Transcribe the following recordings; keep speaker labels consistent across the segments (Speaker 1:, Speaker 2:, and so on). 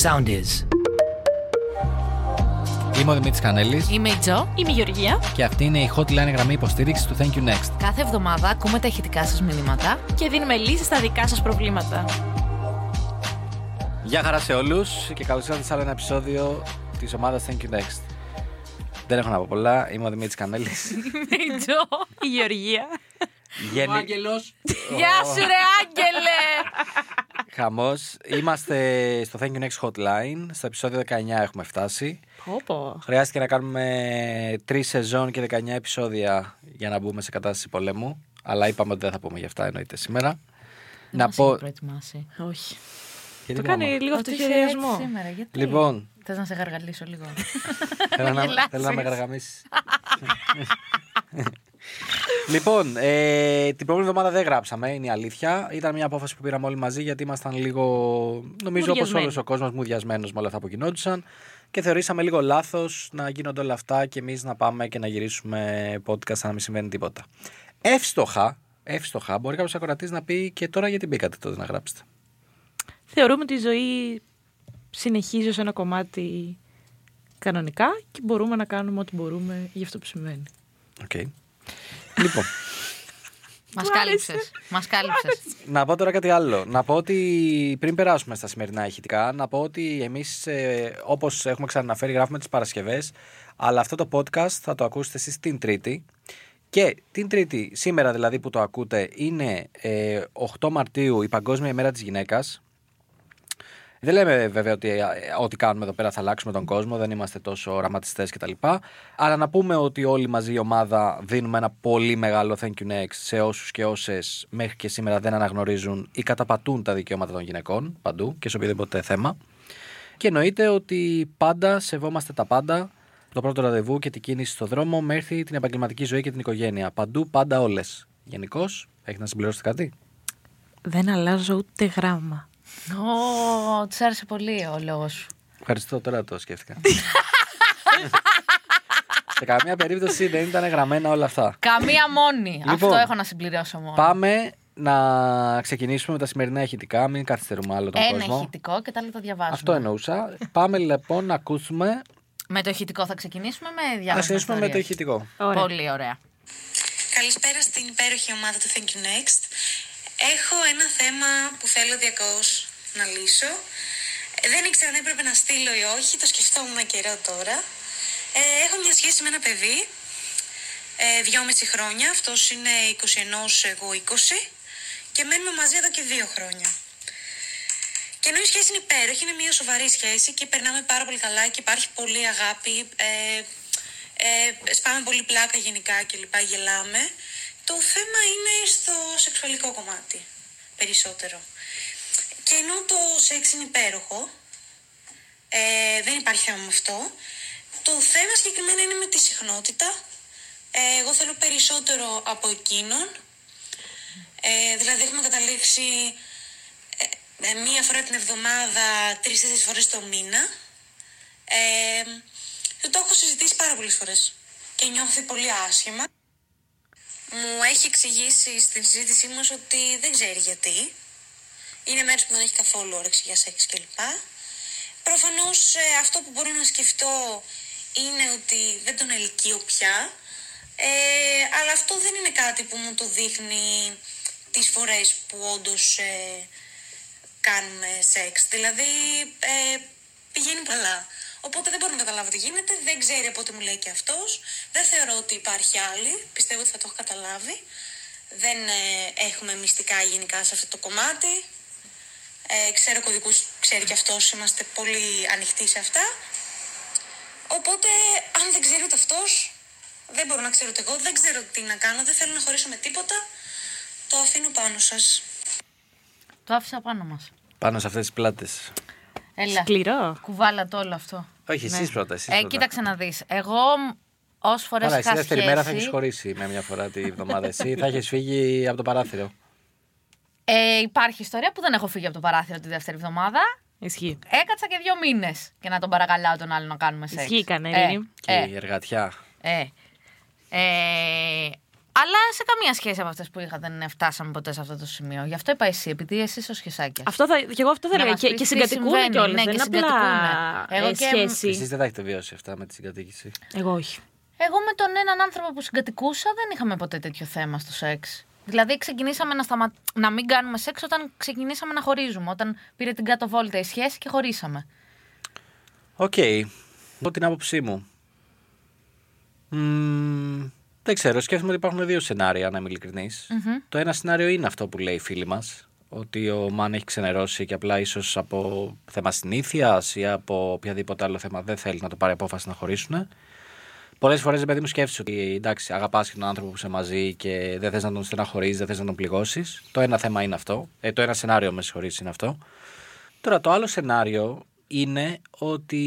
Speaker 1: sound is.
Speaker 2: Είμαι ο Δημήτρης Κανέλης
Speaker 3: Είμαι η Τζο.
Speaker 4: Είμαι η Γεωργία
Speaker 2: και αυτή είναι η hotline γραμμή υποστήριξης του Thank You Next.
Speaker 3: Κάθε εβδομάδα ακούμε τα ηχητικά σας μηνύματα.
Speaker 4: και δίνουμε λύσεις στα δικά σας προβλήματα.
Speaker 2: Γεια χαρά σε όλους και καλώς ήρθατε σε άλλο ένα επεισόδιο της ομάδας Thank You Next. Δεν έχω να πω πολλά. Είμαι ο Δημήτρης Κανέλης.
Speaker 4: Η Τζο. Η Γεωργία.
Speaker 2: Γέννη.
Speaker 3: Γεια σου, ρε Άγγελε!
Speaker 2: Χαμός. Είμαστε στο Thank You Next Hotline. Στο επεισόδιο 19 έχουμε φτάσει.
Speaker 4: Πω πω.
Speaker 2: Χρειάστηκε να κάνουμε τρεις σεζόν και 19 επεισόδια για να μπούμε σε κατάσταση πολέμου. Αλλά είπαμε ότι δεν θα πούμε γι' αυτά εννοείται σήμερα. να πω.
Speaker 3: προετοιμάσει.
Speaker 4: Όχι.
Speaker 2: Γιατί
Speaker 4: Το
Speaker 2: πάμε.
Speaker 4: κάνει λίγο αυτοχειριασμό.
Speaker 3: σήμερα, γιατί.
Speaker 2: Λοιπόν,
Speaker 3: Θες να σε γαργαλίσω λίγο.
Speaker 2: Θέλω να, θέλω να με γαργαμίσεις. λοιπόν, ε, την προηγούμενη εβδομάδα δεν γράψαμε, είναι η αλήθεια. Ήταν μια απόφαση που πήραμε όλοι μαζί γιατί ήμασταν λίγο, νομίζω όπως
Speaker 4: Μουδιασμένοι.
Speaker 2: όλος ο κόσμος, μουδιασμένος με όλα αυτά που γινόντουσαν. Και θεωρήσαμε λίγο λάθος να γίνονται όλα αυτά και εμείς να πάμε και να γυρίσουμε podcast σαν να μην συμβαίνει τίποτα. Εύστοχα, εύστοχα μπορεί κάποιος ακροατής να πει και τώρα γιατί μπήκατε τότε να γράψετε.
Speaker 4: Θεωρούμε ότι η ζωή συνεχίζει ως ένα κομμάτι κανονικά και μπορούμε να κάνουμε ό,τι μπορούμε για αυτό που συμβαίνει.
Speaker 2: Okay. λοιπόν.
Speaker 3: Μας κάλυψε. Μας κάλυψες.
Speaker 2: Να πω τώρα κάτι άλλο. Να πω ότι πριν περάσουμε στα σημερινά ηχητικά, να πω ότι εμείς, ε, όπως έχουμε ξαναναφέρει, γράφουμε τις Παρασκευές. Αλλά αυτό το podcast θα το ακούσετε εσείς την Τρίτη. Και την Τρίτη, σήμερα δηλαδή που το ακούτε, είναι ε, 8 Μαρτίου, η Παγκόσμια ημέρα της γυναίκας. Δεν λέμε βέβαια ότι ε, ό,τι κάνουμε εδώ πέρα θα αλλάξουμε τον κόσμο, δεν είμαστε τόσο οραματιστέ κτλ. Αλλά να πούμε ότι όλοι μαζί η ομάδα δίνουμε ένα πολύ μεγάλο thank you next σε όσους και όσες μέχρι και σήμερα δεν αναγνωρίζουν ή καταπατούν τα δικαιώματα των γυναικών παντού και σε οποιοδήποτε θέμα. Και εννοείται ότι πάντα σεβόμαστε τα πάντα, το πρώτο ραντεβού και την κίνηση στον δρόμο μέχρι την επαγγελματική ζωή και την οικογένεια. Παντού, πάντα όλες. Γενικώς, έχεις να συμπληρώσετε κάτι.
Speaker 4: Δεν αλλάζω ούτε γράμμα.
Speaker 3: Ω, τη άρεσε πολύ ο λόγος σου.
Speaker 2: Ευχαριστώ, τώρα το σκέφτηκα. Σε καμία περίπτωση δεν ήταν γραμμένα όλα αυτά.
Speaker 3: Καμία μόνη. Αυτό
Speaker 2: Λοιπόν,
Speaker 3: έχω να συμπληρώσω μόνο.
Speaker 2: Πάμε να ξεκινήσουμε με τα σημερινά ηχητικά. Μην καθυστερούμε άλλο τον
Speaker 3: Ένα
Speaker 2: κόσμο.
Speaker 3: ηχητικό και τα άλλα τα διαβάζουμε.
Speaker 2: Αυτό εννοούσα. Πάμε λοιπόν να ακούσουμε.
Speaker 3: Με το ηχητικό θα ξεκινήσουμε με διάφορα.
Speaker 2: Να συνεχίσουμε με το ηχητικό.
Speaker 3: Πολύ ωραία.
Speaker 5: Καλησπέρα στην υπέροχη ομάδα του Thank You Next. Έχω ένα θέμα που θέλω διακώς να λύσω. Ε, Δεν ήξερα αν έπρεπε να στείλω ή όχι, το σκεφτόμουν καιρό τώρα. Ε, έχω μια σχέση με ένα παιδί, ε, δυόμιση χρόνια, αυτός είναι 21, εγώ 20 και μένουμε μαζί εδώ και δύο χρόνια. Και ενώ η σχέση είναι υπέροχη, είναι μια σοβαρή σχέση και περνάμε πάρα πολύ καλά και υπάρχει πολύ αγάπη. Ε, ε, σπάμε πολύ πλάκα γενικά και λοιπά, γελάμε. Το θέμα είναι στο σεξουαλικό κομμάτι περισσότερο. Και ενώ το σεξ είναι υπέροχο, ε, δεν υπάρχει θέμα με αυτό. Το θέμα συγκεκριμένα είναι με τη συχνότητα. Ε, εγώ θέλω περισσότερο από εκείνον. Ε, δηλαδή έχουμε καταλήξει ε, ε, μία φορά την εβδομάδα, τρεις-τέσσερις φορές το μήνα. Ε, το έχω συζητήσει πάρα πολλές φορές και νιώθει πολύ άσχημα. Μου έχει εξηγήσει στην συζήτησή μας ότι δεν ξέρει γιατί. Είναι μέρος που δεν έχει καθόλου όρεξη για σεξ κλπ. Προφανώς ε, αυτό που μπορώ να σκεφτώ είναι ότι δεν τον ελκύω πια. Ε, αλλά αυτό δεν είναι κάτι που μου το δείχνει τις φορές που όντως ε, κάνουμε σεξ. Δηλαδή ε, πηγαίνει καλά. Οπότε δεν μπορώ να καταλάβω τι γίνεται, δεν ξέρει από ό,τι μου λέει και αυτός. Δεν θεωρώ ότι υπάρχει άλλη, πιστεύω ότι θα το έχω καταλάβει. Δεν ε, έχουμε μυστικά γενικά σε αυτό το κομμάτι. Ε, ξέρω κωδικούς, ξέρει και αυτός, είμαστε πολύ ανοιχτοί σε αυτά. Οπότε, αν δεν ξέρει ούτε αυτός, δεν μπορώ να ξέρω ούτε εγώ, δεν ξέρω τι να κάνω, δεν θέλω να χωρίσω με τίποτα. Το αφήνω πάνω σας.
Speaker 3: Το άφησα πάνω μας.
Speaker 2: Πάνω σε αυτές τις πλάτες.
Speaker 3: Έλα.
Speaker 4: Σκληρό.
Speaker 3: Κουβάλα το όλο αυτό.
Speaker 2: Όχι, εσείς πρώτα. εσείς
Speaker 3: Ε,
Speaker 2: πρώτα.
Speaker 3: κοίταξε να δεις. Εγώ όσες φορές
Speaker 2: Άρα, εσύ
Speaker 3: είχα σχέση.
Speaker 2: δεύτερη μέρα θα έχεις χωρίσει με μια φορά τη βδομάδα. Εσύ θα έχεις φύγει από το παράθυρο.
Speaker 3: Ε, υπάρχει ιστορία που δεν έχω φύγει από το παράθυρο τη δεύτερη εβδομάδα.
Speaker 4: Ισχύει.
Speaker 3: Έκατσα και δύο μήνες και να τον παρακαλάω τον άλλο να κάνουμε σεξ.
Speaker 4: Ισχύει, Κανέλη.
Speaker 3: Ε,
Speaker 2: Και
Speaker 3: ε,
Speaker 2: η εργατιά.
Speaker 3: ε, ε, Αλλά σε καμία σχέση από αυτές που είχα δεν φτάσαμε ποτέ σε αυτό το σημείο. Γι' αυτό είπα εσύ, επειδή εσύ είσαι σχεσάκιας.
Speaker 4: Αυτό θα, και εγώ αυτό θα
Speaker 3: Να
Speaker 4: έλεγα.
Speaker 3: μας
Speaker 4: Και,
Speaker 3: πεις
Speaker 4: και
Speaker 3: τι
Speaker 4: συγκατοικούν
Speaker 3: συμβαίνει.
Speaker 4: κιόλας.
Speaker 3: Ναι,
Speaker 4: δεν
Speaker 3: και
Speaker 4: είναι απλά
Speaker 3: συγκατοικούνε. Εγώ
Speaker 4: ε,
Speaker 3: και-
Speaker 4: σχέση.
Speaker 2: Εσείς δεν τα έχετε βιώσει αυτά με τη συγκατοίκηση.
Speaker 4: Εγώ όχι.
Speaker 3: Εγώ με τον έναν άνθρωπο που συγκατοικούσα δεν είχαμε ποτέ τέτοιο θέμα στο σεξ. Δηλαδή, ξεκινήσαμε να, σταμα... να μην κάνουμε σεξ όταν ξεκινήσαμε να χωρίζουμε. Όταν πήρε την κάτω βόλτα η σχέση και χωρίσαμε.
Speaker 2: Οκ. Εγώ την άποψή μου. Μμμ, δεν ξέρω. Σκέφτομαι ότι υπάρχουν δύο σενάρια, να είμαι ειλικρινής. Το ένα σενάριο είναι αυτό που λέει η φίλη μας. Ότι ο Μαν έχει ξενερώσει και απλά ίσως από θέμα συνήθειας ή από οποιαδήποτε άλλο θέμα δεν θέλει να το πάρει απόφαση να χωρίσουν. Πολλές φορές, παιδί μου, σκέφτεσαι ότι εντάξει, αγαπάς και τον άνθρωπο που είσαι μαζί και δεν θες να τον στεναχωρείς, δεν θες να τον πληγώσεις. Το ένα θέμα είναι αυτό. Ε, το ένα σενάριο, με συγχωρείς, είναι αυτό. Τώρα, το άλλο σενάριο είναι ότι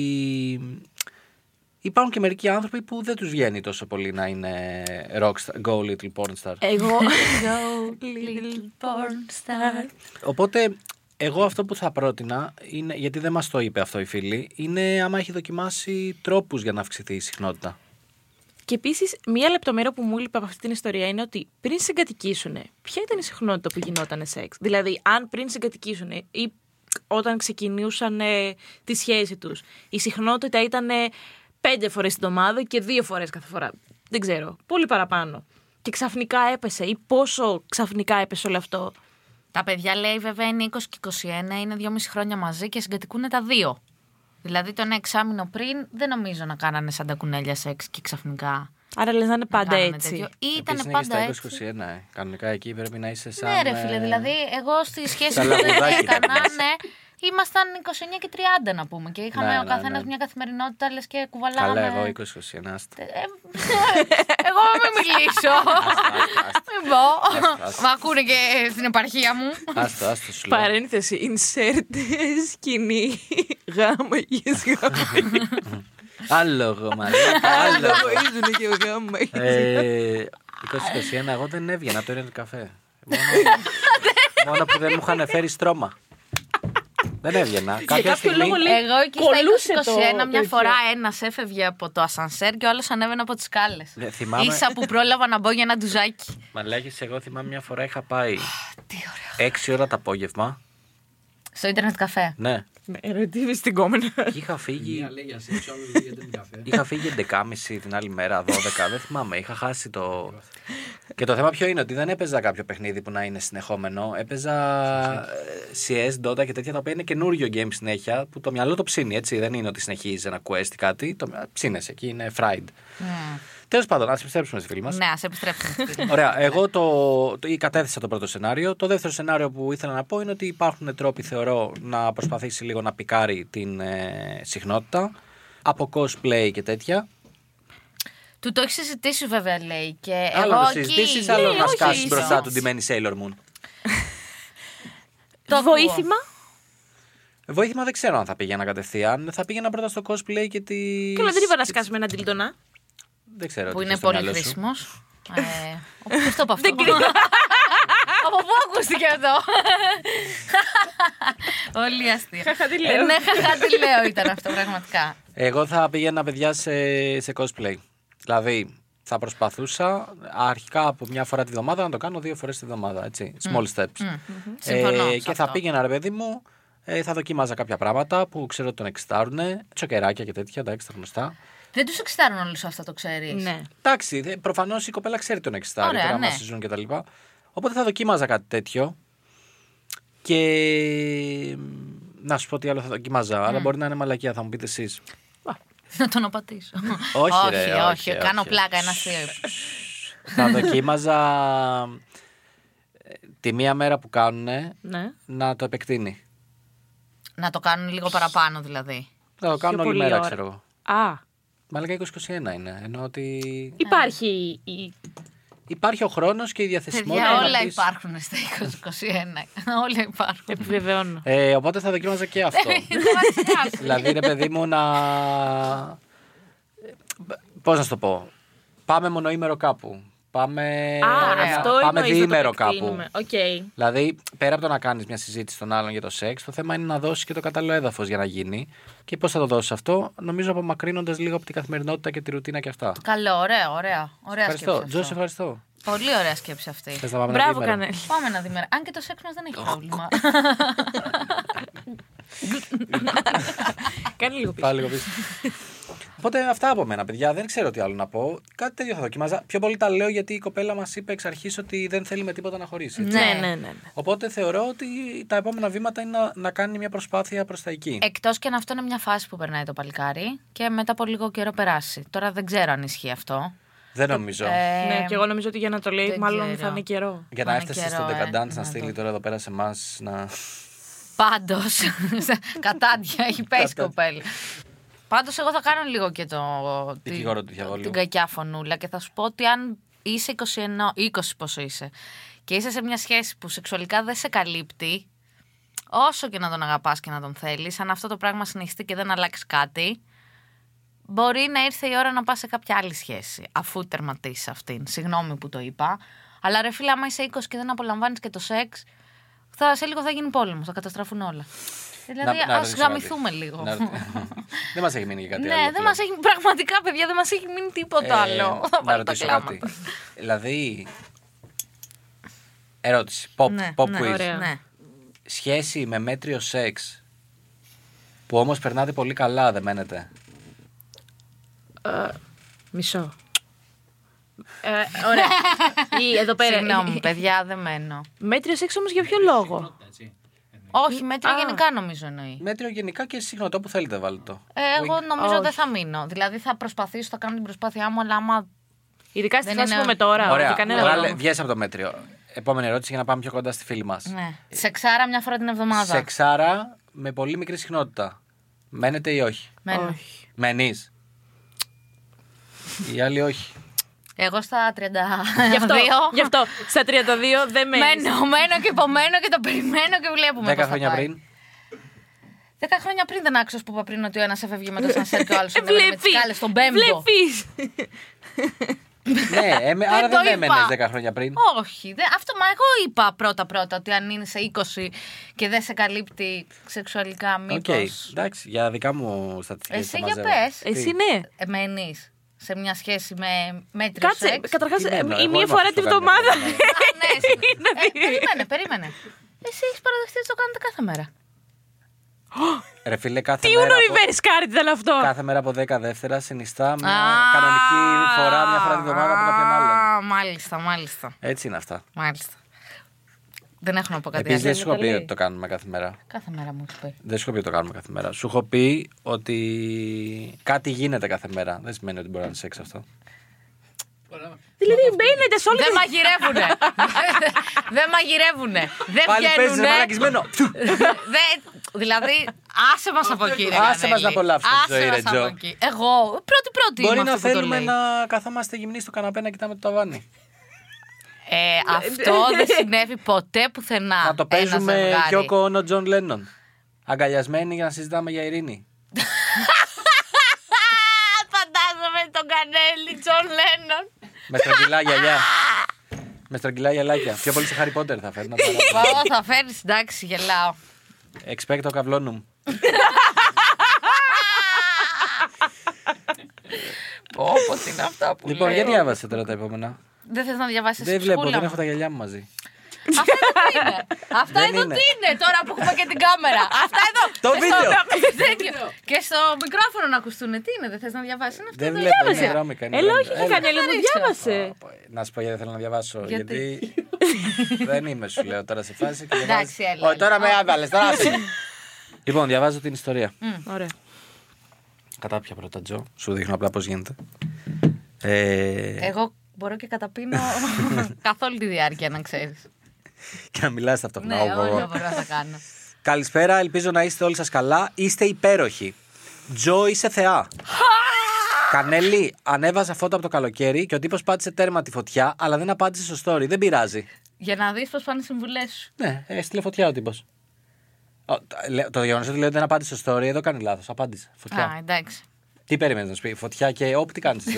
Speaker 2: υπάρχουν και μερικοί άνθρωποι που δεν τους βγαίνει τόσο πολύ να είναι rockstar, go little porn star.
Speaker 4: Εγώ.
Speaker 2: Οπότε, εγώ αυτό που θα πρότεινα, είναι, γιατί δεν μας το είπε αυτό η φίλη, είναι άμα έχει δοκιμάσει τρόπους για να αυξηθεί η συχνότητα.
Speaker 4: και επίσης, μία λεπτομέρεια που μου έλειπε από αυτή την ιστορία είναι ότι πριν συγκατοικήσουν, ποια ήταν η συχνότητα που γινόταν σεξ. Δηλαδή, αν πριν συγκατοικήσουν ή όταν ξεκινούσαν ε, τη σχέση τους, η συχνότητα ήταν ε, πέντε φορές την εβδομάδα και δύο φορές κάθε φορά. Δεν ξέρω. Πολύ παραπάνω. Και ξαφνικά έπεσε ή πόσο ξαφνικά έπεσε όλο αυτό.
Speaker 3: Τα παιδιά λέει βέβαια είναι 20 και 21, είναι 2,5 χρόνια μαζί και συγκατοικούν τα δύο. Δηλαδή το ένα εξάμεινο πριν δεν νομίζω να κάνανε σαν τα κουνέλια σεξ και ξαφνικά.
Speaker 4: Άρα λες να είναι
Speaker 3: να
Speaker 4: πάντα
Speaker 3: κάνανε
Speaker 4: έτσι.
Speaker 3: τέτοιο. Ή ήταν
Speaker 2: Επίσης, είναι και
Speaker 3: πάντα έτσι.
Speaker 2: στα 20-21. Ε. Κανονικά εκεί πρέπει να είσαι σαν.
Speaker 3: Ναι, ρε φίλε,
Speaker 2: ε,
Speaker 3: δηλαδή εγώ στη σχέση
Speaker 2: τα
Speaker 3: που δεν
Speaker 2: λαγουδάκια
Speaker 3: έκανα,
Speaker 2: ήταν.
Speaker 3: ναι, ήμασταν 29 και 30 να πούμε. Και είχαμε
Speaker 2: Ναι,
Speaker 3: ο
Speaker 2: ναι,
Speaker 3: καθένας
Speaker 2: ναι.
Speaker 3: μια καθημερινότητα, λες και κουβαλάγαμε.
Speaker 2: Καλά, εγώ 20-21. άστα.
Speaker 3: Ε, εγώ μην μιλήσω. Μην πω. Μ' ακούνε και στην επαρχία μου.
Speaker 2: Άστο, άστο, σου λέω.
Speaker 4: Παρένθεση, insert σκηνή γάμα γης γάμα
Speaker 2: Άλογο, μαλάκα, άλογο.
Speaker 4: Ήσουν και γάμα
Speaker 2: Ε, 20-21, εγώ δεν έβγαινα, το έρευνα καφέ. Μόνο, μόνο που δεν μου είχαν φέρει στρώμα. δεν έβγαινα. Κάποια
Speaker 4: κάποιο
Speaker 2: στιγμή.
Speaker 4: λόγο, λέει,
Speaker 3: Εγώ εκεί
Speaker 4: κολλούσε
Speaker 3: στα 20-21 μια
Speaker 4: το τέτοιο.
Speaker 3: φορά ένας έφευγε από το ασανσέρ και ο άλλος ανέβαινε από τις σκάλες.
Speaker 2: Ναι, θυμάμαι.
Speaker 3: Ίσα που πρόλαβα να μπω για ένα ντουζάκι.
Speaker 2: Μαλάκες, εγώ θυμάμαι μια φορά είχα πάει
Speaker 3: Τι ωραίο.
Speaker 2: 6 ώρα το απόγευμα.
Speaker 3: Στο ίντερνετ καφέ.
Speaker 2: Ναι.
Speaker 4: Ερωτήβη στην κόμενα.
Speaker 2: Και είχα φύγει.
Speaker 1: Μία λέει για σεξ, άλλο λέει για την καφέ.
Speaker 2: Είχα φύγει 11.30 την άλλη μέρα, 12, δεν θυμάμαι. Είχα χάσει το. Και το θέμα ποιο είναι, ότι δεν έπαιζα κάποιο παιχνίδι που να είναι συνεχόμενο. Έπαιζα ε, CS, Dota και τέτοια τα οποία είναι καινούριο game συνέχεια που το μυαλό το ψήνει. Έτσι. Δεν είναι ότι συνεχίζει ένα quest ή κάτι. Το ψήνεσαι εκεί, είναι fried. Τέλος πάντων, ας επιστρέψουμε στη φίλη μας.
Speaker 3: Ναι, ας επιστρέψουμε.
Speaker 2: Ωραία. Εγώ το, το, ή κατέθεσα το πρώτο σενάριο. Το δεύτερο σενάριο που ήθελα να πω είναι ότι υπάρχουν τρόποι, θεωρώ, να προσπαθήσει λίγο να πικάρει την ε, συχνότητα από cosplay και τέτοια.
Speaker 3: Του το έχεις συζητήσει βέβαια, λέει. Και
Speaker 2: Άλλο
Speaker 3: εγώ
Speaker 2: να
Speaker 3: εκεί-
Speaker 2: συζητήσεις, άλλο
Speaker 3: Ε, Ναι,
Speaker 2: να
Speaker 3: όχι,
Speaker 2: σκάσεις
Speaker 3: ίσως.
Speaker 2: μπροστά του τη μένη Sailor Moon.
Speaker 3: Το
Speaker 4: βοήθημα.
Speaker 2: Βοήθημα δεν ξέρω αν θα πήγαινα κατευθείαν. Θα πήγαινα πρώτα στο cosplay και τη.
Speaker 4: Καλά, δεν είπα να σκάσουμε έναν τυλτονά.
Speaker 2: Δεν ξέρω.
Speaker 3: Που
Speaker 2: τι
Speaker 3: είναι
Speaker 2: θες στο
Speaker 3: πολύ
Speaker 2: μυαλό σου.
Speaker 3: χρήσιμο. Ποιο το είπε αυτό. Από πού ακούστηκε εδώ. Πολύ αστείο.
Speaker 4: Χαχατηλαίο.
Speaker 3: Ε, Ναι, χαχατηλαίο ήταν αυτό πραγματικά.
Speaker 2: Εγώ θα πήγαινα παιδιά σε, σε cosplay. Δηλαδή θα προσπαθούσα αρχικά από μια φορά τη βδομάδα να το κάνω δύο φορές τη βδομάδα. Έτσι. Small steps. Ε,
Speaker 3: Συμφωνώ σε
Speaker 2: και θα
Speaker 3: αυτό.
Speaker 2: πήγαινα, ρε παιδί μου, ε, θα δοκίμαζα κάποια πράγματα που ξέρω ότι τον εξητάρουνε. Τσοκεράκια και τέτοια, εντάξει, τα γνωστά.
Speaker 3: Δεν τους εξητάρουν όλους αυτά, το ξέρεις.
Speaker 4: Ναι.
Speaker 2: Εντάξει, προφανώς η κοπέλα ξέρει τον εξτάρι,
Speaker 3: Ωραία,
Speaker 2: τώρα
Speaker 3: ναι.
Speaker 2: μα συζητούν κτλ. Οπότε θα δοκίμαζα κάτι τέτοιο. Και μ, να σου πω τι άλλο θα δοκίμαζα. Αλλά μπορεί να είναι μαλακία, θα μου πείτε εσείς.
Speaker 3: Να τον απατήσω.
Speaker 2: Όχι, ρε,
Speaker 3: όχι,
Speaker 2: όχι,
Speaker 3: όχι.
Speaker 2: όχι.
Speaker 3: Κάνω πλάκα, ένα αστείο. είπα.
Speaker 2: θα δοκίμαζα ε, τη μία μέρα που κάνουν
Speaker 4: Ναι.
Speaker 2: να το επεκτείνει.
Speaker 3: Να το κάνουν λίγο παραπάνω δηλαδή.
Speaker 2: Να το κάνουν
Speaker 4: Πιο
Speaker 2: όλη
Speaker 4: πολλή
Speaker 2: μέρα,
Speaker 4: ώρα.
Speaker 2: ξέρω εγώ.
Speaker 4: Α,
Speaker 2: Μαλακά 20-21 είναι. Ενώ ότι
Speaker 4: υπάρχει η...
Speaker 2: υπάρχει ο χρόνος και η διαθεσιμότητα.
Speaker 3: Παιδιά,
Speaker 2: να
Speaker 3: όλα
Speaker 2: πεις-
Speaker 3: υπάρχουν στα 2021. Όλα υπάρχουν.
Speaker 4: Επιβεβαιώνω.
Speaker 2: Ε, οπότε θα δοκίμαζα και αυτό. Δηλαδή, ρε παιδί μου, να. Πώς να σου το πω. Πάμε μονοήμερο κάπου. Πάμε,
Speaker 4: Α,
Speaker 3: ωραία.
Speaker 4: αυτό
Speaker 2: Ε, πάμε
Speaker 4: εννοείς να το
Speaker 2: διήμερο κάπου.
Speaker 4: επεκτείνουμε. Οκ.
Speaker 2: Δηλαδή, πέρα από το να κάνεις μια συζήτηση των άλλων για το σεξ, το θέμα είναι να δώσεις και το κατάλληλο έδαφος για να γίνει. Και πώς θα το δώσεις αυτό, νομίζω απομακρύνοντας λίγο από την καθημερινότητα και τη ρουτίνα και αυτά.
Speaker 3: Καλό, ωραία, ωραία. Ωραία
Speaker 2: Ευχαριστώ.
Speaker 3: σκέψη.
Speaker 2: Τζο,
Speaker 3: αυτό.
Speaker 2: ευχαριστώ.
Speaker 3: Πολύ ωραία σκέψη αυτή.
Speaker 2: Θες να πάμε
Speaker 4: Μπράβο,
Speaker 2: ένα διήμερο?
Speaker 4: Κανέλη.
Speaker 3: Πάμε να δούμε. Αν και το σεξ μας δεν έχει πρόβλημα.
Speaker 4: Κάνε λίγο πίσω.
Speaker 2: Πάλι λίγο πίσω. Οπότε αυτά από μένα, παιδιά. Δεν ξέρω τι άλλο να πω. Κάτι τέτοιο θα δοκιμάζα. Πιο πολύ τα λέω γιατί η κοπέλα μας είπε εξ αρχής ότι δεν θέλει με τίποτα να χωρίσει. έτσι.
Speaker 4: Ναι, ναι, ναι. ναι.
Speaker 2: Οπότε θεωρώ ότι τα επόμενα βήματα είναι να, να κάνει μια προσπάθεια προς τα εκεί.
Speaker 3: Εκτός και αν αυτό είναι μια φάση που περνάει το παλικάρι και μετά από λίγο καιρό περάσει. Τώρα δεν ξέρω αν ισχύει αυτό.
Speaker 2: δεν νομίζω.
Speaker 3: Ε,
Speaker 4: ναι, και εγώ νομίζω ότι για να το λέει,
Speaker 3: δεν
Speaker 4: μάλλον
Speaker 3: ξέρω.
Speaker 4: θα είναι καιρό.
Speaker 2: για να
Speaker 3: πάνε
Speaker 2: έφτασε
Speaker 3: καιρό,
Speaker 2: στον
Speaker 3: ε,
Speaker 2: Decadence να
Speaker 3: να
Speaker 2: στείλει
Speaker 3: το-
Speaker 2: τώρα εδώ πέρα σε εμάς να.
Speaker 3: Πάντως. κατάντια, έχει πέσει
Speaker 2: Κατάντια.
Speaker 3: κοπέλη. Πάντως, εγώ θα κάνω λίγο και το.
Speaker 2: Τη
Speaker 3: τη-
Speaker 2: γλυκόρο του διαβόλου.
Speaker 3: Την κακιά φωνούλα και θα σου πω ότι αν είσαι 21, 20 πόσο είσαι και είσαι σε μια σχέση που σεξουαλικά δεν σε καλύπτει, όσο και να τον αγαπάς και να τον θέλεις, αν αυτό το πράγμα συνεχιστεί και δεν αλλάξει κάτι, μπορεί να ήρθε η ώρα να πας σε κάποια άλλη σχέση, αφού τερματίσεις αυτήν. Συγγνώμη που το είπα. Αλλά ρε φίλε, άμα είσαι 20 και δεν απολαμβάνεις και το σεξ, θα, σε λίγο θα γίνει πόλεμος, θα καταστραφούν όλα. Δηλαδή,
Speaker 2: να
Speaker 3: ας
Speaker 2: ρωτήσω κάτι.
Speaker 3: γαμηθούμε λίγο.
Speaker 2: Να ρωτήσω- δεν μας έχει μείνει και κάτι άλλο.
Speaker 3: Ναι, δεν
Speaker 2: πλέον.
Speaker 3: μας έχει. Πραγματικά, παιδιά, δεν μας έχει μείνει τίποτα
Speaker 2: Ε,
Speaker 3: άλλο. Θα
Speaker 2: να
Speaker 3: βάλω τα
Speaker 2: ρωτήσω
Speaker 3: κλάματα.
Speaker 2: κάτι. δηλαδή. Ερώτηση. Pop, pop quiz.
Speaker 4: ωραία.
Speaker 3: ναι.
Speaker 2: σχέση με μέτριο σεξ που όμως περνάτε πολύ καλά, δεν μένετε.
Speaker 4: Μισό. Ε, ωραία. Ή Ε, εδώ πέρα.
Speaker 3: Συγγνώμη, παιδιά, δεν μένω.
Speaker 4: Μέτριο σεξ όμως για ποιο λόγο.
Speaker 3: Όχι, μέτρη γενικά νομίζω εννοεί.
Speaker 2: Μέτριο γενικά και συχνότητα που θέλετε βάλτε το.
Speaker 3: Ε, εγώ νομίζω δεν θα μείνω. Δηλαδή θα προσπαθήσω, θα κάνω την προσπάθειά μου, αλλά άμα.
Speaker 4: Ειδικά στη
Speaker 3: Δεν
Speaker 4: φάση
Speaker 3: είναι-
Speaker 4: που είμαι τώρα.
Speaker 2: Ωραία,
Speaker 4: ότι κανένα
Speaker 2: τώρα
Speaker 4: λόγο.
Speaker 2: λέ- βγες από το μέτριο. Επόμενη ερώτηση για να πάμε πιο κοντά στη φίλη μας.
Speaker 3: Ναι. Σεξάρα μια φορά την εβδομάδα.
Speaker 2: Σεξάρα με πολύ μικρή συχνότητα. Μένετε ή όχι.
Speaker 3: Μένω.
Speaker 4: Όχι.
Speaker 2: Μένεις. Οι άλλοι όχι.
Speaker 3: Εγώ στα 32.
Speaker 4: Γι' αυτό, γι' αυτό στα 32 δεν με.
Speaker 3: Μένω, μένω και υπομένω και το περιμένω και βλέπουμε.
Speaker 2: Δέκα
Speaker 3: πώς θα
Speaker 2: χρόνια
Speaker 3: πάει.
Speaker 2: πριν.
Speaker 3: Δέκα χρόνια πριν δεν άκουσα που είπα πριν ότι ο ένας έφευγε με το σανσέρ και ο άλλος
Speaker 4: Ε,
Speaker 3: με τις
Speaker 4: Βλέπει.
Speaker 3: κάλες στον πέμπτο.
Speaker 4: Βλέπεις.
Speaker 2: ναι, έμε- άρα
Speaker 3: το
Speaker 2: δεν
Speaker 3: είπα.
Speaker 2: έμενες δέκα χρόνια πριν.
Speaker 3: Όχι. Δε, αυτό μα εγώ είπα πρώτα-πρώτα ότι αν είναι σε 20 και δεν σε καλύπτει σεξουαλικά,
Speaker 2: Οκ,
Speaker 3: μήπω.
Speaker 2: εντάξει, για δικά μου στατιστικές
Speaker 3: Εσύ
Speaker 2: τα
Speaker 3: για
Speaker 2: μαζεύω.
Speaker 3: πες.
Speaker 2: Τι?
Speaker 4: Εσύ ναι.
Speaker 3: Ε, μένεις σε μια σχέση με μέτριο
Speaker 4: Κάτσε.
Speaker 3: σεξ.
Speaker 4: Καταρχάς,
Speaker 2: Τι μένω,
Speaker 4: η
Speaker 2: εγώ
Speaker 4: μία
Speaker 2: είμαι
Speaker 4: φορά
Speaker 2: αυτός
Speaker 4: την
Speaker 2: που το κάνει
Speaker 4: εβδομάδα.
Speaker 2: αυτό.
Speaker 3: Α, ναι, εσύ. ε, περίμενε, περίμενε. Εσύ έχεις παραδεχτεί ότι το κάνετε κάθε μέρα.
Speaker 2: Ρε φίλε, κάθε
Speaker 4: Τι
Speaker 2: μέρα
Speaker 4: ούνο
Speaker 2: από-
Speaker 4: reverse card ήταν αυτό.
Speaker 2: Κάθε μέρα από 10 δεύτερα συνιστά μια
Speaker 3: Α,
Speaker 2: κανονική φορά, μια φορά τη βδομάδα από κάποιον άλλον.
Speaker 3: Α, μάλιστα, μάλιστα.
Speaker 2: Έτσι είναι αυτά.
Speaker 3: μάλιστα. Δεν έχω να πω κάτι
Speaker 2: Επίσης,
Speaker 3: άλλο.
Speaker 2: δεν σου έχω πει ότι το κάνουμε κάθε μέρα.
Speaker 3: Κάθε μέρα μου έχει πει.
Speaker 2: Δεν σου έχω πει ότι το κάνουμε κάθε μέρα. Σου έχω πει ότι κάτι γίνεται κάθε μέρα. Δεν σημαίνει ότι μπορεί να είναι σεξ αυτό.
Speaker 4: Δηλαδή μπαίνετε σε όλη
Speaker 3: Δεν
Speaker 4: τη
Speaker 3: μαγειρεύουνε. Δεν μαγειρεύουνε. Δεν
Speaker 2: Πάλι παίζεις
Speaker 3: βγαίνουνε.
Speaker 2: ένα αναγκισμένο.
Speaker 3: Δε- δηλαδή, άσε μας από εκεί. ρε
Speaker 2: Άσε
Speaker 3: Κανέλη.
Speaker 2: μας να απολαύσουμε τη
Speaker 3: Άσε
Speaker 2: ζωή,
Speaker 3: μας
Speaker 2: ρε,
Speaker 3: από
Speaker 2: Τζο.
Speaker 3: εκεί. Εγώ, πρώτη-πρώτη.
Speaker 2: Μπορεί
Speaker 3: είμαι
Speaker 2: να
Speaker 3: αυτή που το
Speaker 2: θέλουμε
Speaker 3: λέει.
Speaker 2: να καθόμαστε γυμνοί στο καναπέ να κοιτάμε το ταβάνι.
Speaker 3: Ε, αυτό δεν συνέβη ποτέ πουθενά.
Speaker 2: να το
Speaker 3: Ένα
Speaker 2: παίζουμε
Speaker 3: ζευγάρι.
Speaker 2: Γιώκο Όνο Τζον Λένον. Αγκαλιασμένοι για να συζητάμε για ειρήνη.
Speaker 3: Α, Φαντάζομαι τον Κανέλη, Τζον Λένον.
Speaker 2: Με στρογγυλά γυαλιά. Με στρογγυλά γυαλάκια. Πιο πολύ σε Χάρι Πότερ θα φέρνω.
Speaker 3: Πάω, θα φέρει, εντάξει, γελάω.
Speaker 2: Expecto καβλόνου.
Speaker 3: Πω, πω, τι είναι αυτά που
Speaker 2: Λοιπόν,
Speaker 3: λέω.
Speaker 2: γιατί διάβασε τώρα τα επόμενα.
Speaker 3: Δεν θες να διαβάσεις
Speaker 2: Δεν
Speaker 3: τη
Speaker 2: βλέπω,
Speaker 3: σκούλα
Speaker 2: δεν
Speaker 3: μου.
Speaker 2: έχω τα γυαλιά μου μαζί.
Speaker 3: Αυτά εδώ τι είναι. Αυτά
Speaker 2: Δεν
Speaker 3: εδώ
Speaker 2: είναι.
Speaker 3: τι είναι τώρα που έχουμε και την κάμερα. Αυτά εδώ.
Speaker 2: Το
Speaker 3: Και στο-
Speaker 2: βίντεο.
Speaker 3: τέτοιο. Και στο μικρόφωνο να ακουστούν. Τι είναι, δεν θες να διαβάσεις. Είναι αυτό
Speaker 2: Δεν
Speaker 3: εδώ.
Speaker 2: βλέπω, είναι
Speaker 4: διάβασε.
Speaker 2: βρώμικα. είναι
Speaker 4: Έλα, όχι,
Speaker 2: βρώμικα.
Speaker 4: δεν κάνει μου διάβασε.
Speaker 2: Να σου πω γιατί δεν θέλω να διαβάσω.
Speaker 3: Γιατί?
Speaker 2: Γιατί. δεν είμαι, σου λέω τώρα σε φάση. και διαβάζεις.
Speaker 3: Εντάξει, έλα,
Speaker 2: Ω,
Speaker 3: έλα.
Speaker 2: Τώρα με έβαλες, τώρα άσε. Λοιπόν, διαβάζω την ιστορία.
Speaker 4: Ωραία.
Speaker 2: Κατά ποια πρώτα, Τζο. Σου δείχνω απλά πώς γίνεται. Ε,
Speaker 3: Εγώ μπορώ και καταπίνω καθ' όλη τη διάρκεια, να ξέρεις.
Speaker 2: και να μιλάς αυτό.
Speaker 3: Ναι, όλα μπορώ να τα κάνω.
Speaker 2: Καλησπέρα, ελπίζω να είστε όλοι σας καλά. Είστε υπέροχοι. Τζο, είσαι θεά. Κανέλη, ανέβαζα φώτα από το καλοκαίρι και ο τύπος πάτησε τέρμα τη φωτιά, αλλά δεν απάντησε στο story. Δεν πειράζει.
Speaker 3: Για να δεις πώς πάνε οι συμβουλές σου.
Speaker 2: Ναι, έστειλε φωτιά ο τύπος. Ο, τα- λέ- το γεγονός ότι λέω ότι δεν απάντησε στο story,
Speaker 3: ναι.
Speaker 2: εδώ κάνει λάθος. Απάντησε. Φωτιά.
Speaker 3: Α, εντάξει.
Speaker 2: Τι περίμενε να σου πει, Φωτιά και όπου τι κάνεις.
Speaker 3: Ε,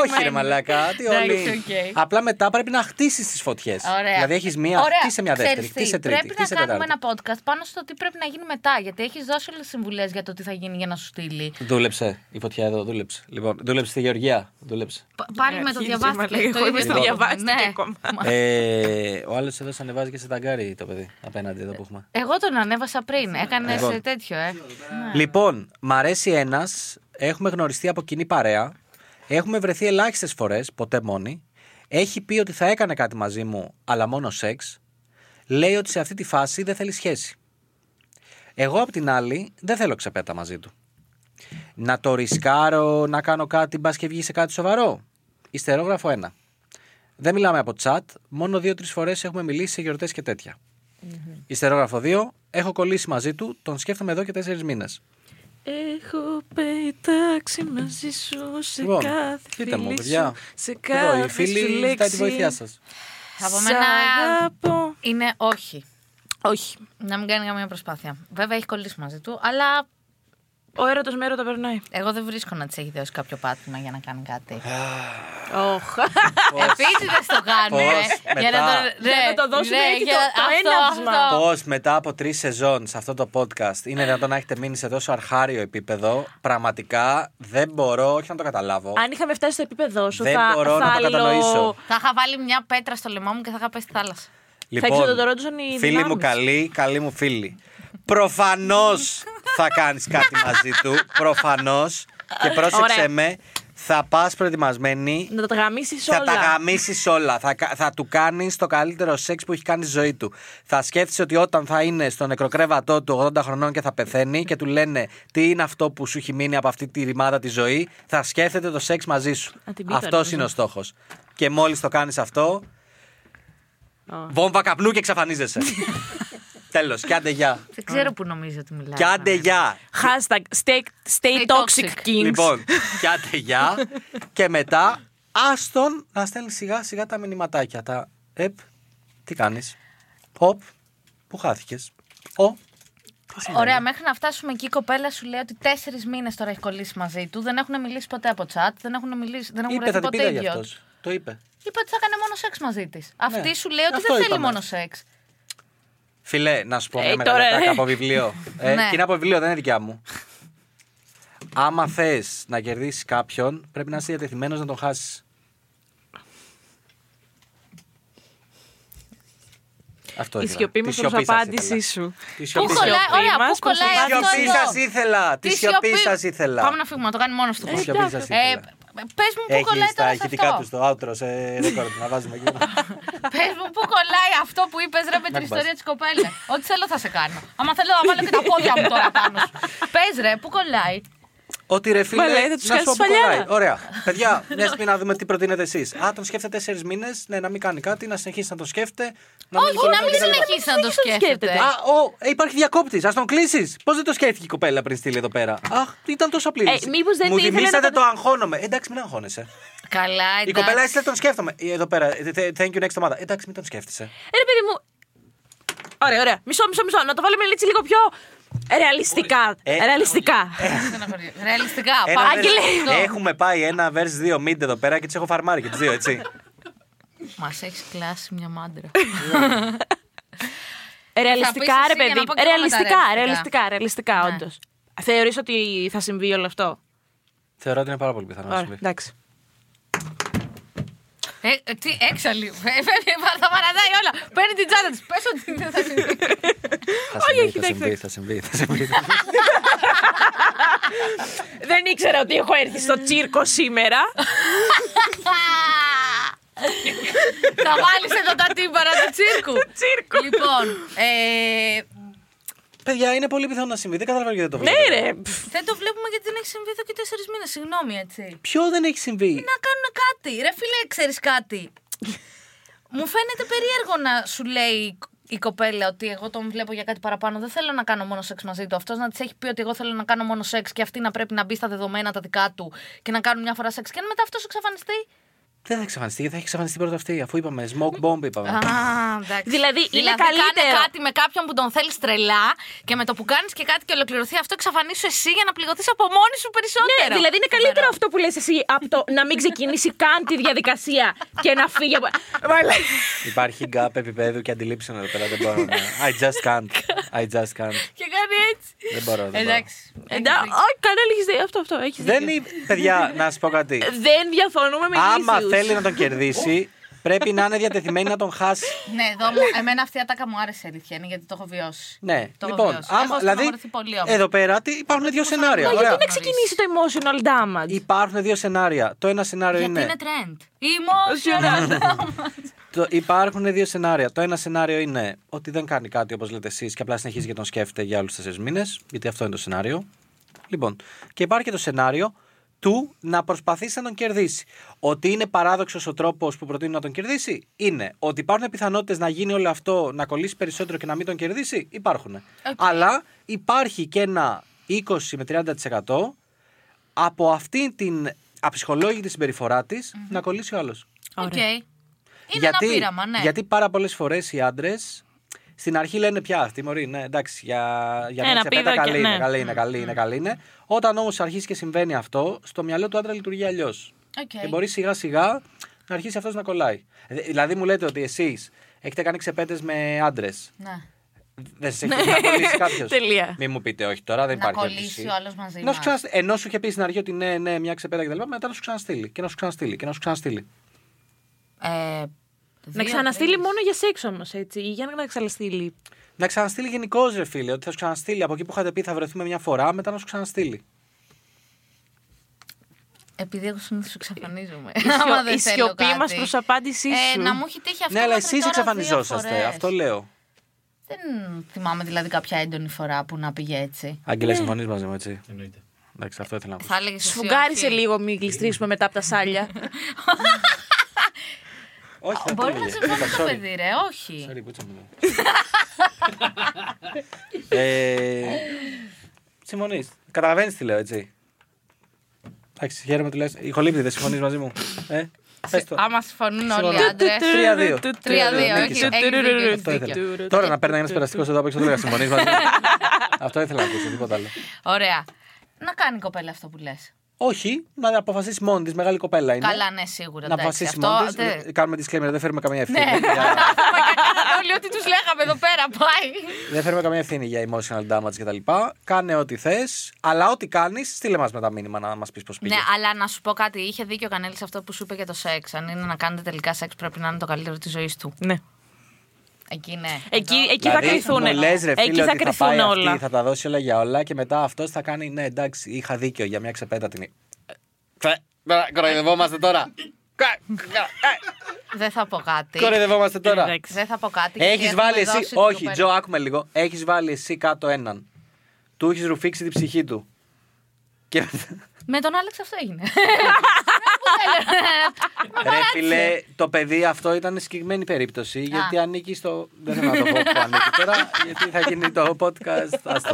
Speaker 2: Όχι, ρε Μαλάκα. Τι
Speaker 3: Εντάξει,
Speaker 2: όλοι.
Speaker 3: οκ.
Speaker 2: Απλά μετά πρέπει να χτίσεις τις φωτιές.
Speaker 3: Ωραία.
Speaker 2: Δηλαδή έχεις μία,
Speaker 3: Ωραία.
Speaker 2: χτίσε μία δεύτερη,
Speaker 3: Ξέρεις τι,
Speaker 2: χτίσε τρίτη.
Speaker 3: Πρέπει να
Speaker 2: χτίσε
Speaker 3: κάνουμε
Speaker 2: τετάρτη.
Speaker 3: ένα podcast πάνω στο τι πρέπει να γίνει μετά. Γιατί έχεις δώσει όλες τις συμβουλές για το τι θα γίνει για να σου στείλει.
Speaker 2: Δούλεψε η φωτιά εδώ, δούλεψε. Λοιπόν, δούλεψε στη Γεωργία. Δούλεψε.
Speaker 3: Πα- Πάλι με το
Speaker 4: Ε, αρχίζει, μα
Speaker 3: διαβάστηκε.
Speaker 4: λέει,
Speaker 3: το
Speaker 4: εγώ
Speaker 3: ίδιο
Speaker 4: είμαι στο
Speaker 3: πρόβλημα.
Speaker 4: διαβάστηκε
Speaker 3: Ναι.
Speaker 4: ακόμα.
Speaker 2: ε, ο άλλος εδώ σε ανεβάζει και σε ταγκάρι το παιδί απέναντι εδώ που έχουμε.
Speaker 3: Εγώ τον ανέβασα πριν. Έκανες
Speaker 2: Εγώ.
Speaker 3: τέτοιο, ε.
Speaker 2: Λοιπόν, μ' αρέσει ένας. Έχουμε γνωριστεί από κοινή παρέα. Έχουμε βρεθεί ελάχιστες φορές, ποτέ μόνοι. Έχει πει ότι θα έκανε κάτι μαζί μου, αλλά μόνο σεξ. Λέει ότι σε αυτή τη φάση δεν θέλει σχέση. Εγώ απ' την άλλη δεν θέλω ξεπέτα μαζί του. Να το ρισκάρω, να κάνω κάτι, μπας και βγει σε κάτι σοβαρό. Ιστερόγραφο 1. Δεν μιλάμε από chat, μόνο 2-3 φορές έχουμε μιλήσει σε γιορτές και τέτοια. Ιστερόγραφο 2. Έχω κολλήσει μαζί του, τον σκέφτομαι εδώ και 4 μήνες.
Speaker 4: Έχω πετάξει μαζί σου σε
Speaker 2: Λοιπόν,
Speaker 4: κάθε
Speaker 2: πείτε μου,
Speaker 4: φίλη
Speaker 2: παιδιά.
Speaker 4: σου, σε
Speaker 2: Εδώ,
Speaker 4: κάθε
Speaker 2: η φίλη
Speaker 4: σου
Speaker 2: ζητάει
Speaker 4: λέξη.
Speaker 2: τη βοήθειά σας.
Speaker 3: Από
Speaker 4: Σ'
Speaker 3: μένα
Speaker 4: αγαπώ.
Speaker 3: είναι όχι.
Speaker 4: Όχι.
Speaker 3: Να μην κάνει καμία προσπάθεια. Βέβαια έχει κολλήσει μαζί του, αλλά
Speaker 4: Ο έρωτος με έρωτα περνάει.
Speaker 3: εγώ δεν βρίσκω να της έχει δώσει κάποιο πάτημα για να κάνει κάτι.
Speaker 2: Ε,
Speaker 4: Όχ.
Speaker 3: Επίσης δεν το κάνουν.
Speaker 2: Πώς,
Speaker 3: ρε. Για να
Speaker 2: μετά.
Speaker 3: το,
Speaker 4: Για να το δώσουν έτσι το- το έναυσμα.
Speaker 2: Πώς μετά από τρεις σεζόν σε αυτό το podcast είναι δυνατόν να έχετε μείνει σε τόσο αρχάριο επίπεδο, πραγματικά δεν μπορώ, όχι να το καταλάβω.
Speaker 4: Αν είχαμε φτάσει στο επίπεδό σου,
Speaker 2: Δεν
Speaker 4: θα,
Speaker 2: μπορώ
Speaker 4: θα
Speaker 2: να το
Speaker 4: άλλο-
Speaker 2: κατανοήσω.
Speaker 3: Θα είχα βάλει μια πέτρα στο λαιμό μου και θα είχα πέσει στη θάλασσα.
Speaker 4: εξοδοτερώτουσαν οι
Speaker 2: Λοιπόν, φίλοι μου
Speaker 4: δυνάμεις.
Speaker 2: καλή, καλή μου φίλη. Προφανώς θα κάνεις κάτι μαζί του. Προφανώς. Και πρόσεξε
Speaker 4: Ωραία.
Speaker 2: με, θα πας προετοιμασμένη
Speaker 4: Να τα γαμίσεις
Speaker 2: Θα τα
Speaker 4: όλα.
Speaker 2: γαμίσεις όλα. Θα, κα- θα του κάνεις το καλύτερο σεξ που έχει κάνει στη ζωή του. Θα σκέφτεσαι ότι όταν θα είναι στο νεκροκρέβατό του 80 χρονών και θα πεθαίνει και του λένε τι είναι αυτό που σου έχει μείνει από αυτή τη ρημάδα τη ζωή, θα σκέφτεται το σεξ μαζί σου.
Speaker 4: Να την ναι. πει
Speaker 2: Αυτό
Speaker 4: τώρα,
Speaker 2: είναι ο στόχος. Και μόλις το κάνεις αυτό. Βόμβα καπνού και εξαφανίζεσαι. Τέλος. Κι άντε γεια.
Speaker 3: Δεν ξέρω που νομίζει ότι μιλάει.
Speaker 2: Κι άντε γεια.
Speaker 4: Hashtag stay, stay
Speaker 3: Stay toxic.
Speaker 4: toxic kings.
Speaker 2: Λοιπόν, πιάτε γεια. και μετά, άστον να στέλνει σιγά σιγά τα μηνυματάκια. Τα επ, τι κάνεις. Οπ, που χάθηκες. Ο,
Speaker 3: Ωραία, μέχρι να φτάσουμε εκεί η κοπέλα σου λέει ότι τέσσερις μήνες τώρα έχει κολλήσει μαζί του. Δεν έχουν μιλήσει ποτέ από chat, δεν έχουν μιλήσει, δεν έχουν
Speaker 2: είπε, θα
Speaker 3: βρεθεί
Speaker 2: την
Speaker 3: ποτέ
Speaker 2: πήρα γι'
Speaker 3: ίδιο.
Speaker 2: αυτός. Το είπε.
Speaker 3: Είπε ότι θα έκανε μόνο σεξ μαζί της. Αυτή σου λέει ότι
Speaker 2: αυτό
Speaker 3: δεν θέλει
Speaker 2: είπαμε.
Speaker 3: μόνο σεξ.
Speaker 2: Φιλέ, να σου πω μια
Speaker 4: Ε, τώρα,
Speaker 2: μεγαλατάκα
Speaker 4: ε.
Speaker 2: από βιβλίο. ε,
Speaker 3: Ναι.
Speaker 2: και είναι από βιβλίο, δεν είναι δικιά μου. Άμα θες να κερδίσεις κάποιον, πρέπει να είσαι διατεθειμένος να τον χάσεις. Αυτό
Speaker 4: Η
Speaker 2: ήθελα.
Speaker 4: σιωπή
Speaker 2: Τη
Speaker 4: μας προς
Speaker 2: σιωπή σας
Speaker 4: απάντησή
Speaker 2: ήθελα.
Speaker 4: σου.
Speaker 2: Τη
Speaker 3: Πού
Speaker 2: σιωπή σας.
Speaker 3: κολλάει,
Speaker 4: σιωπή
Speaker 3: ωραία, πού
Speaker 4: μας, προς
Speaker 3: κολλάει
Speaker 4: την
Speaker 2: Τη σιωπή
Speaker 3: Ε, αυτό
Speaker 2: σα
Speaker 3: εδώ.
Speaker 2: ήθελα. Τη σιωπή σας ήθελα.
Speaker 3: Πάμε να φύγουμε, να το κάνει μόνος του.
Speaker 2: Τη σιωπή σα ήθελα.
Speaker 3: Ε, Πες μου πού κολλάει
Speaker 2: Έχει τα
Speaker 3: τώρα σε
Speaker 2: ηχητικά του
Speaker 3: αυτό.
Speaker 2: στο outro σε ρεκόρντ να βάζουμε εκεί.
Speaker 3: Πες μου πού κολλάει αυτό που είπες ρε με
Speaker 2: Να
Speaker 3: την
Speaker 2: την
Speaker 3: ιστορία
Speaker 2: πας.
Speaker 3: της κοπέλας. Ό,τι θέλω θα σε κάνω. Άμα θέλω να βάλω και τα πόδια μου τώρα πάνω σου. Πες ρε, πού κολλάει.
Speaker 2: Ότι ρε φίλε,
Speaker 4: Μα λέει, θα τους
Speaker 2: να σου
Speaker 4: χάσεις
Speaker 2: πω που
Speaker 4: παλιά.
Speaker 2: κολλάει. Ωραία. Παιδιά, μια στιγμή να δούμε τι προτείνετε εσείς. Α, τον σκέφτεται τέσσερις μήνες, ναι, να μην κάνει κάτι, να συνεχίσει να τον σκέφτεται.
Speaker 3: Όχι, να μην
Speaker 2: κολλάει κτλ.
Speaker 3: συνεχίσει να το σκέφτεται.
Speaker 4: σκέφτεται.
Speaker 2: Α, ο, ε, υπάρχει διακόπτης. Ας τον κλείσεις. Πώς δεν το σκέφτηκε η κοπέλα πριν στείλει εδώ πέρα. Αχ, ήταν τόσο απλή.
Speaker 4: Ε,
Speaker 2: λύση.
Speaker 4: μήπως δεν
Speaker 2: Μου
Speaker 4: ήθελε να
Speaker 2: θυμήσατε
Speaker 4: το-
Speaker 2: το αγχώνομαι. Ε, εντάξει, μην αγχώνεσαι.
Speaker 3: Καλά,
Speaker 2: Η
Speaker 3: εντάξει.
Speaker 2: κοπέλα έστειλε τον σκέφτομαι. Ε, Εδώ πέρα. ε, th- Thank you next ομάδα. Ε, Εντάξει, μην τον σκέφτεσαι.
Speaker 4: Ε, ρε παιδί μου. Ωραία, ωραία. Μισό, μισό, μισό. Να το βάλουμε έτσι λίγο πιο ρεαλιστικά.
Speaker 2: Ε,
Speaker 4: ρεαλιστικά.
Speaker 3: Στεναχωρία. Ρεαλιστικά,
Speaker 2: Ένα
Speaker 3: πάμε.
Speaker 2: verse- Έχουμε πάει ένα verse 2 mid εδώ πέρα και τις έχω φαρμάρει και τις δύο, έτσι.
Speaker 3: Μας έχεις κλάσει μια μάντρα.
Speaker 4: ρεαλιστικά,
Speaker 3: εσύ
Speaker 4: ρε
Speaker 3: για να
Speaker 4: παιδί.
Speaker 3: πω και εγώ
Speaker 4: Ρεαλιστικά,
Speaker 3: μετά ρεαλιστικά.
Speaker 4: ρεαλιστικά, ρεαλιστικά,
Speaker 3: Ναι.
Speaker 4: όντως. Θεωρείς ότι θα συμβεί όλο αυτό.
Speaker 2: Θεωρώ ότι είναι πάρα πολύ πιθανό να
Speaker 4: Ωραία, Ναι.
Speaker 2: συμβεί.
Speaker 4: εντάξει.
Speaker 3: Ε, ε, τι έξαλλη. Φεύγει, θα παρατάει όλα. Παίρνει την τσάντα τη. Πες ότι δεν θα συμβεί.
Speaker 2: Θα
Speaker 4: Όχι,
Speaker 2: συμβεί,
Speaker 4: όχι,
Speaker 2: θα
Speaker 4: εντάξει,
Speaker 2: συμβεί, θα συμβεί, θα συμβεί.
Speaker 4: Δεν ήξερα ότι έχω έρθει στο τσίρκο σήμερα.
Speaker 3: Θα βάλεις εδώ τα τύμπαρα του τσίρκου.
Speaker 4: τσίρκο.
Speaker 3: Λοιπόν, ε,
Speaker 2: Παιδιά, είναι πολύ πιθανό να συμβεί. Δεν καταλαβαίνω γιατί δεν το βλέπω.
Speaker 4: Ναι, ρε. Πφ,
Speaker 3: δεν το βλέπουμε γιατί δεν έχει συμβεί εδώ και τέσσερις μήνες. Συγγνώμη, έτσι.
Speaker 2: Ποιο δεν έχει συμβεί.
Speaker 3: Να κάνουν κάτι. Ρε φίλε, ξέρεις κάτι. Μου φαίνεται περίεργο να σου λέει η κοπέλα ότι εγώ τον βλέπω για κάτι παραπάνω. Δεν θέλω να κάνω μόνο σεξ μαζί του. Αυτός να της έχει πει ότι εγώ θέλω να κάνω μόνο σεξ και αυτή να πρέπει να μπει στα δεδομένα τα δικά του και να κάνουν μια φορά σεξ. Και αν μετά αυτός εξαφανιστεί.
Speaker 2: Δεν θα εξαφανιστεί, θα έχει εξαφανιστεί πρώτα αυτή. Αφού είπαμε, smoke bomb είπαμε.
Speaker 3: Α, εντάξει.
Speaker 4: Δηλαδή, είναι
Speaker 3: Κάνε
Speaker 4: καλύτερο.
Speaker 3: κάτι με κάποιον που τον θέλεις τρελά και με το που κάνεις και κάτι και ολοκληρωθεί αυτό, εξαφανίσου εσύ για να πληγωθείς από μόνη σου περισσότερο.
Speaker 4: Ναι, δηλαδή είναι καλύτερο αυτό που λες εσύ από το να μην ξεκινήσει καν τη διαδικασία και να φύγει από. Μαλά-
Speaker 2: Υπάρχει gap επίπεδου και αντιλήψεων εδώ πέρα. Δεν μπορώ να. I just can't. I just can't.
Speaker 3: Και κάνει έτσι.
Speaker 2: Δεν μπορώ, δεν μπορώ.
Speaker 3: Εντάξει.
Speaker 4: Εντά- Όχι, κανένα έχεις δίκιο. Αυτό, αυτό. έχεις
Speaker 2: Δεν
Speaker 4: δίκιο.
Speaker 2: είναι. Παιδιά, να σας πω κάτι.
Speaker 4: Δεν διαφωνούμε με
Speaker 2: Άμα
Speaker 4: λύσιους.
Speaker 2: θέλει να τον κερδίσει, πρέπει να είναι διατεθειμένη να τον χάσει.
Speaker 3: Ναι, εδώ μου, εμένα αυτή η ατάκα μου άρεσε αλήθεια είναι γιατί το έχω βιώσει.
Speaker 2: Ναι,
Speaker 3: το έχω
Speaker 2: λοιπόν,
Speaker 3: βιώσει. έχω στεναχωρηθεί πολύ όμως.
Speaker 2: εδώ πέρα τι- υπάρχουν δύο σενάρια.
Speaker 4: Μα Ε, γιατί
Speaker 2: Ωραία.
Speaker 4: να ξεκινήσει το emotional damage.
Speaker 2: Υπάρχουν δύο σενάρια. Το ένα σενάριο
Speaker 3: γιατί είναι trend.
Speaker 2: Ναι,
Speaker 3: Emotional.
Speaker 2: Το, υπάρχουν δύο σενάρια. Το ένα σενάριο είναι ότι δεν κάνει κάτι όπως λέτε εσείς και απλά συνεχίζει και τον σκέφτεται για άλλους τέσσερις μήνες. Γιατί αυτό είναι το σενάριο. Λοιπόν, και υπάρχει και το σενάριο του να προσπαθήσει να τον κερδίσει. Ότι είναι παράδοξος ο τρόπος που προτείνει να τον κερδίσει είναι ότι υπάρχουν πιθανότητες να γίνει όλο αυτό, να κολλήσει περισσότερο και να μην τον κερδίσει. Υπάρχουν. Αλλά υπάρχει και ένα 20 με 30% από αυτή την αψυχολόγητη συμπεριφορά της να κολλήσει ο άλλος.
Speaker 3: Οκ. Είναι ένα πείραμα, ναι.
Speaker 2: Γιατί πάρα πολλές φορές οι άντρες στην αρχή λένε πια αυτή, Μωρή, ναι, εντάξει, για, για μια
Speaker 4: Ένα
Speaker 2: τσεπέτα
Speaker 4: πήδο και-
Speaker 2: καλή, είναι,
Speaker 4: ναι.
Speaker 2: καλή
Speaker 3: Mm.
Speaker 2: είναι, καλή είναι, καλή είναι. Όταν όμως αρχίσει και συμβαίνει αυτό, στο μυαλό του άντρα λειτουργεί αλλιώς.
Speaker 3: Οκ.
Speaker 2: Και μπορεί σιγά σιγά να αρχίσει αυτός να κολλάει. Δε- Δηλαδή μου λέτε ότι εσείς έχετε κάνει ξεπέτες με άντρες.
Speaker 3: Ναι.
Speaker 2: Δεν σας έχει τύχει να κολλήσει κάποιος.
Speaker 4: Τελεία.
Speaker 2: Μην μου πείτε, όχι τώρα, δεν
Speaker 3: Να
Speaker 2: υπάρχει
Speaker 3: κολλήσει
Speaker 2: αίτηση.
Speaker 3: ο άλλος μαζί
Speaker 2: Να σου
Speaker 3: μας.
Speaker 2: ξανασ- Ενώ σου είχε πει στην αρχή ότι ναι, ναι, μια ξεπέτα κτλ. Μετά να σου ξαναστείλει και να σου ξαναστείλει και να σου ξαναστείλει.
Speaker 3: Ε,
Speaker 4: Να
Speaker 3: δύο,
Speaker 4: ξαναστείλει
Speaker 3: τρεις.
Speaker 4: μόνο για σεξ όμως, έτσι. Ή για να ξαναστείλει.
Speaker 2: Να ξαναστείλει γενικώ, ρε φίλε. Ότι θα σου ξαναστείλει. Από εκεί που είχατε πει θα βρεθούμε μια φορά, μετά να σου
Speaker 3: Ε,
Speaker 2: ξαναστείλει.
Speaker 3: Επειδή εγώ συνήθως εξαφανίζομαι.
Speaker 4: σιω-
Speaker 3: Άμα δεν
Speaker 4: η
Speaker 3: θέλω
Speaker 4: σιωπή
Speaker 3: κάτι.
Speaker 4: μας προς απάντησή
Speaker 3: Ε,
Speaker 4: σου.
Speaker 3: να μου έχει τύχει αυτό.
Speaker 2: ναι, αλλά
Speaker 3: μέχρι
Speaker 2: εσείς
Speaker 3: τώρα δύο
Speaker 2: εξαφανιζόσαστε.
Speaker 3: φορές.
Speaker 2: Αυτό λέω.
Speaker 3: Δεν θυμάμαι δηλαδή κάποια έντονη φορά που να πήγε έτσι.
Speaker 2: Άγγελες, συμφωνείς μαζί μου, έτσι.
Speaker 1: Εννοείται.
Speaker 2: Εντάξει, αυτό ήθελα να πω.
Speaker 3: Ναι. Θα έλεγες.
Speaker 4: Σφουγγάρισε λίγο, μην γλιστρήσουμε μετά από τα σάλια.
Speaker 2: Όχι, θα
Speaker 3: Μπορεί
Speaker 2: το
Speaker 3: να
Speaker 2: έλεγε.
Speaker 3: συμφωνεί
Speaker 2: Είπα,
Speaker 3: το
Speaker 2: sorry.
Speaker 3: παιδί, ρε, όχι.
Speaker 2: Sorry, πούτσα μου. Ε, Συμφωνείς. Καταλαβαίνεις τι λέω, έτσι. Εντάξει, χαίρομαι που λε. Ηχολήπτη, δεν συμφωνείς μαζί μου. Ε, πες το.
Speaker 3: Άμα συμφωνούν όλοι οι
Speaker 2: Συμφωνώ.
Speaker 3: άντρε.
Speaker 2: Τρία-δύο.
Speaker 3: Τρία-δύο,
Speaker 2: Νίκησα.
Speaker 3: έχει- έχει δίκιο, έχει
Speaker 2: Αυτό
Speaker 3: δίκιο.
Speaker 2: ήθελα. Τώρα να παίρνει ένας περαστικός εδώ απ' έξω, δεν συμφωνείς μαζί μου. Αυτό ήθελα να ακούσω, τίποτα άλλο.
Speaker 3: Ωραία. Να κάνει η κοπέλα αυτό που λες.
Speaker 2: Όχι, να αποφασίσει μόνη της. Μεγάλη κοπέλα είναι.
Speaker 3: Καλά, ναι, σίγουρα.
Speaker 2: να
Speaker 3: εντάξει,
Speaker 2: αποφασίσει
Speaker 3: αυτό
Speaker 2: μόνη της.
Speaker 3: δεν-
Speaker 2: Κάνουμε disclaimer, δεν φέρουμε καμία ευθύνη.
Speaker 3: Ναι,
Speaker 2: για-
Speaker 3: Μα και κάνανε όλοι ό,τι τους λέγαμε εδώ πέρα, πάει.
Speaker 2: δεν φέρουμε καμία ευθύνη για emotional damage κτλ. Κάνε ό,τι θες, αλλά ό,τι κάνεις, στείλε μας μετά μήνυμα να μας πεις πώς πήγε.
Speaker 3: Ναι, αλλά να σου πω κάτι. Είχε δίκιο ο Κανέλης αυτό που σου είπε για το σεξ. Αν είναι να κάνετε τελικά σεξ, πρέπει να είναι το καλύτερο της ζωής του.
Speaker 4: ναι.
Speaker 3: Εκεί ναι.
Speaker 4: Εκεί,
Speaker 3: Εδώ-
Speaker 4: εκεί θα κρυθούν.
Speaker 2: Δηλαδή, Μου λες, ρε,
Speaker 4: εκεί
Speaker 2: φίλε,
Speaker 4: θα
Speaker 2: ότι θα πάει
Speaker 4: κρυθούν όλα.
Speaker 2: Αυτή, θα τα δώσει όλα για όλα και μετά αυτός θα κάνει. Ναι, εντάξει, είχα δίκιο για μια ξεπέτα την. Θε, Τώρα κοροϊδευόμαστε τώρα. Κα- κα-
Speaker 3: Δεν θα πω
Speaker 2: ε,
Speaker 3: κάτι.
Speaker 2: Κοροϊδευόμαστε τώρα.
Speaker 4: Εντάξει.
Speaker 3: Δεν θα πω κάτι. γιατί
Speaker 2: Έχεις
Speaker 3: έχουμε
Speaker 2: βάλει εσύ.
Speaker 3: δώσει την
Speaker 2: Όχι,
Speaker 3: κοπέλα.
Speaker 2: Τζο, άκουμε λίγο. Έχεις βάλει εσύ κάτω έναν. Του έχεις ρουφήξει την ψυχή του. Και μετά-
Speaker 3: Με τον Άλεξ αυτό έγινε. Πού θέλω.
Speaker 2: Ρε φίλε, το παιδί αυτό ήταν συγκεκριμένη περίπτωση. Γιατί ανήκει στο. Δεν θέλω να το πω που ανήκει τώρα, γιατί θα γίνει το podcast. Άστο.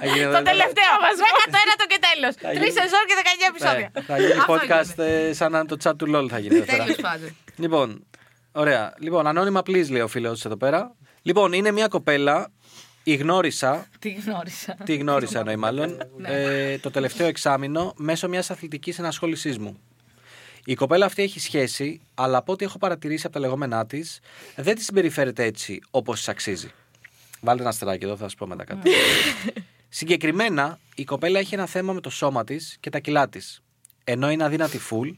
Speaker 2: Θα γίνει
Speaker 4: Το τελευταίο μα.
Speaker 3: Το ένα το και τέλος.
Speaker 2: Θα
Speaker 3: Τρεις
Speaker 2: γίνει-
Speaker 3: σεζόν και 19
Speaker 2: Ναι,
Speaker 3: επεισόδια.
Speaker 2: θα γίνει
Speaker 3: Αυτό
Speaker 2: podcast ε, σαν να είναι το chat του LOL θα γίνει. εδώ πέρα.
Speaker 3: Τέλο πάντων.
Speaker 2: Λοιπόν, ωραία. Λοιπόν, ανώνυμα please λέει ο φίλος εδώ πέρα. Λοιπόν, είναι μια κοπέλα, η γνώρισα,
Speaker 3: Τι γνώρισα.
Speaker 2: τη γνώρισα εννοεί μάλλον, ε, το τελευταίο εξάμεινο μέσω μιας αθλητικής ενασχόλησής μου. Η κοπέλα αυτή έχει σχέση, αλλά από ό,τι έχω παρατηρήσει από τα λεγόμενά της, δεν της συμπεριφέρεται έτσι όπως της αξίζει. Βάλτε ένα αστεράκι εδώ, θα σας πω μετά κάτι. Συγκεκριμένα, η κοπέλα έχει ένα θέμα με το σώμα της και τα κιλά της. Ενώ είναι αδύνατη full,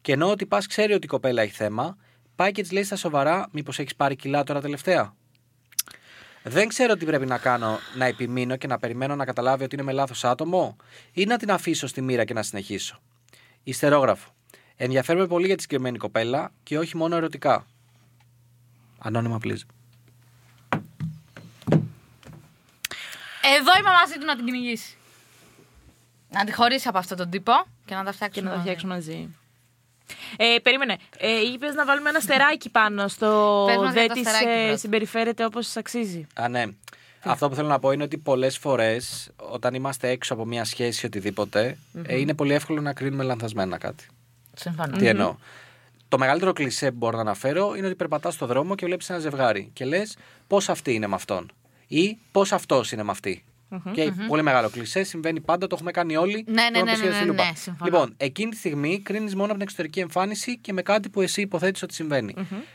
Speaker 2: και ενώ ότι πα ξέρει ότι η κοπέλα έχει θέμα, πάει και της λέει στα σοβαρά, μήπως έχεις πάρει κιλά τώρα τελευταία. Δεν ξέρω τι πρέπει να κάνω, να επιμείνω και να περιμένω να καταλάβει ότι είναι με λάθος άτομο, ή να την αφήσω στη μοίρα και να συνεχίσω. Ιστερόγραφο. Ενδιαφέρομαι πολύ για τη συγκεκριμένη κοπέλα και όχι μόνο ερωτικά. Ανώνυμα, please.
Speaker 3: Εδώ είμαι μαζί του να την κυνηγήσει. Να τη χωρίσει από αυτόν τον τύπο και να τα
Speaker 4: Και
Speaker 3: φτιάξουμε.
Speaker 4: να τα
Speaker 3: μαζί.
Speaker 4: φτιάξουμε μαζί. Ε, περίμενε. Ε, Είπες να βάλουμε ένα στεράκι πάνω στο
Speaker 3: Πες μας για
Speaker 4: δεν
Speaker 3: το
Speaker 4: της
Speaker 3: αστεράκι πρώτα.
Speaker 4: συμπεριφέρεται όπως αξίζει.
Speaker 2: Α, ναι. Αυτό που θέλω να πω είναι ότι πολλές φορές όταν είμαστε έξω από μια σχέση ή οτιδήποτε, ε, είναι πολύ εύκολο να κρίνουμε λανθασμένα κάτι.
Speaker 3: Συμφωνώ.
Speaker 2: Τι εννοώ. Το μεγαλύτερο κλισέ που μπορώ να αναφέρω είναι ότι περπατάς στον δρόμο και βλέπεις ένα ζευγάρι και λες πώς αυτή είναι με αυτόν ή πώς αυτός είναι με αυτη Και πολύ μεγάλο κλισέ, συμβαίνει πάντα, το έχουμε κάνει όλοι.
Speaker 3: Ναι, ναι,
Speaker 2: το έχουμε
Speaker 3: ναι, ναι,
Speaker 2: σχεδόν στη
Speaker 3: ναι,
Speaker 2: λούπα.
Speaker 3: ναι, συμφωνώ.
Speaker 2: λοιπόν, εκείνη τη στιγμή κρίνεις μόνο από την εξωτερική εμφάνιση και με κάτι που εσύ υποθέτεις ότι συμβαινει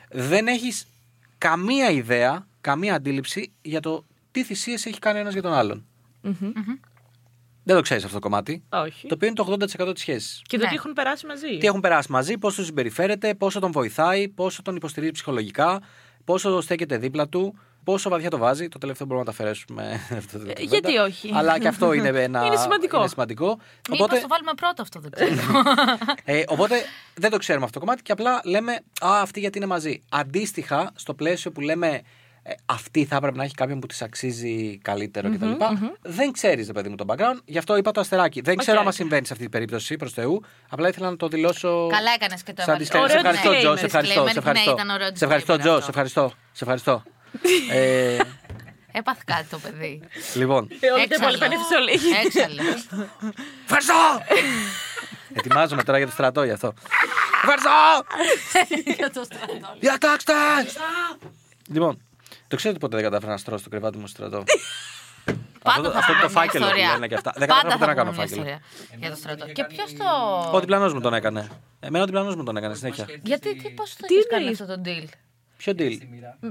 Speaker 2: Δεν έχεις καμία ιδέα, καμία αντίληψη για το τι θυσίες έχει κάνει ένας για τον αλλον Δεν το ξέρεις αυτό το κομμάτι.
Speaker 4: Όχι.
Speaker 2: Το οποίο είναι το 80% της σχέσης.
Speaker 4: Και το
Speaker 3: Ναι.
Speaker 4: τι έχουν περάσει μαζί.
Speaker 2: Τι έχουν περάσει μαζί, πόσο συμπεριφέρεται, πόσο τον βοηθάει, πόσο τον υποστηρίζει ψυχολογικά, πόσο στέκεται δίπλα του, πόσο βαθιά το βάζει. Το τελευταίο μπορούμε να τα αφαιρέσουμε. αυτό το κουβέντα.
Speaker 4: Ε, γιατί όχι.
Speaker 2: Αλλά και αυτό είναι ένα.
Speaker 4: Είναι σημαντικό.
Speaker 2: είναι σημαντικό.
Speaker 3: Μήπως
Speaker 2: Οπότε,
Speaker 3: το βάλουμε πρώτο αυτό, δεν ξέρω.
Speaker 2: ε, οπότε δεν το ξέρουμε αυτό το κομμάτι και απλά λέμε Α, αυτή γιατί είναι μαζί. Αντίστοιχα, στο πλαίσιο που λέμε ε, αυτή θα έπρεπε να έχει κάποιον που της αξίζει καλύτερο κτλ. Δεν ξέρεις, ρε παιδί μου, το background. Γι' αυτό είπα το αστεράκι. Δεν ξέρω
Speaker 4: Οκ,
Speaker 2: άμα
Speaker 4: οκ.
Speaker 2: συμβαίνει σε αυτή την περίπτωση προς Θεού. Απλά ήθελα να το δηλώσω.
Speaker 3: Καλά έκανες και το
Speaker 2: Σαν
Speaker 3: έβαλες.
Speaker 2: disclaimer. Σε
Speaker 4: Ωραίο
Speaker 2: ευχαριστώ,
Speaker 4: disclaimer.
Speaker 2: Τζο. Σε ευχαριστώ. Σε
Speaker 3: Disclaimer.
Speaker 2: ευχαριστώ.
Speaker 3: Ναι, ήταν ωραίο
Speaker 2: Σε ευχαριστώ,
Speaker 3: disclaimer
Speaker 2: Τζο.
Speaker 3: αυτό.
Speaker 2: Σε ευχαριστώ. Σε ευχαριστώ. Ε,
Speaker 3: Έπαθε κάτι το παιδί.
Speaker 2: λοιπόν.
Speaker 4: Ε, Όλοι τα
Speaker 3: Έξαλλο.
Speaker 4: υπόλοιπα είναι φυσιολογική.
Speaker 3: Έξαλλο.
Speaker 2: Ευχαριστώ! Ετοιμάζομαι τώρα για το στρατό γι' αυτό. Ευχαριστώ!
Speaker 3: Για το στρατό.
Speaker 2: Διατάξτε! Λοιπόν, το ξέρω ότι ποτέ δεν κατάφερα να στρώσω το κρεβάτι μου στο στρατό.
Speaker 3: Πάντα
Speaker 2: αυτό
Speaker 3: θα
Speaker 2: το
Speaker 3: πούμε μια
Speaker 2: φάκελο που λένε και
Speaker 3: ιστορία.
Speaker 2: αυτά. Δεν
Speaker 3: Πάντα
Speaker 2: κατάλαβα
Speaker 3: θα
Speaker 2: να κάνω
Speaker 3: πούμε μια
Speaker 2: φάκελο.
Speaker 3: ιστορία για το στρατό. Και ποιο το.
Speaker 2: Ο διπλανός μου τον έκανε. Εμένα ο διπλανός μου τον έκανε συνέχεια.
Speaker 3: Γιατί, τι, πώς το έχεις κάνει
Speaker 4: εννοείς?
Speaker 3: αυτό το deal.
Speaker 2: Ποιο deal.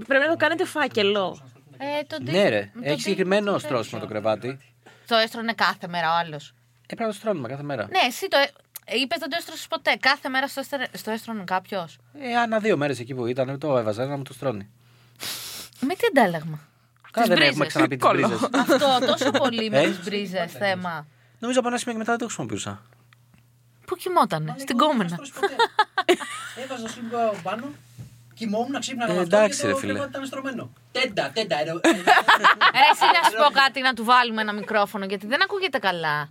Speaker 4: Πρέπει να το κάνετε φάκελο.
Speaker 3: Ε, το deal.
Speaker 2: Ναι, ρε.
Speaker 3: το
Speaker 2: Έχει
Speaker 3: deal-
Speaker 2: συγκεκριμένο στρώσιμο το κρεβάτι.
Speaker 3: Το έστρωνε κάθε μέρα ο άλλος.
Speaker 2: Ε, πρέπει να το στρώνουμε κάθε μέρα.
Speaker 3: Ναι, εσύ το. Είπες δεν το έστρωσες ποτέ. Κάθε μέρα στο, έστρε... στο έστρωνε κάποιος.
Speaker 2: Ε, ανά δύο μέρες εκεί που ήταν, το έβαζα να μου το στρώνει.
Speaker 3: Με τι αντάλλαγμα.
Speaker 2: Καλά, δεν
Speaker 3: μπρίζες.
Speaker 2: έχουμε ξαναπεί τις
Speaker 4: Κόλλο.
Speaker 2: μπρίζες.
Speaker 3: Αυτό τόσο πολύ με
Speaker 2: Ε.
Speaker 3: τις μπρίζες θέμα.
Speaker 2: Νομίζω από ένα σημείο και μετά δεν το χρησιμοποιούσα.
Speaker 3: Πού κοιμότανε, στην κόμενα.
Speaker 1: Έβαζα σου λίγο πάνω. Κοιμόμουν, ξύπνα
Speaker 2: Ε,
Speaker 1: με αυτό
Speaker 2: εντάξει,
Speaker 1: και
Speaker 2: ρε,
Speaker 1: το
Speaker 2: φίλε.
Speaker 1: κρεβάτι ήταν στρωμένο. Τέντα, τέντα. Ρε,
Speaker 3: Ρε, εσύ να σου πω κάτι, να του βάλουμε ένα μικρόφωνο, γιατί δεν ακούγεται καλά.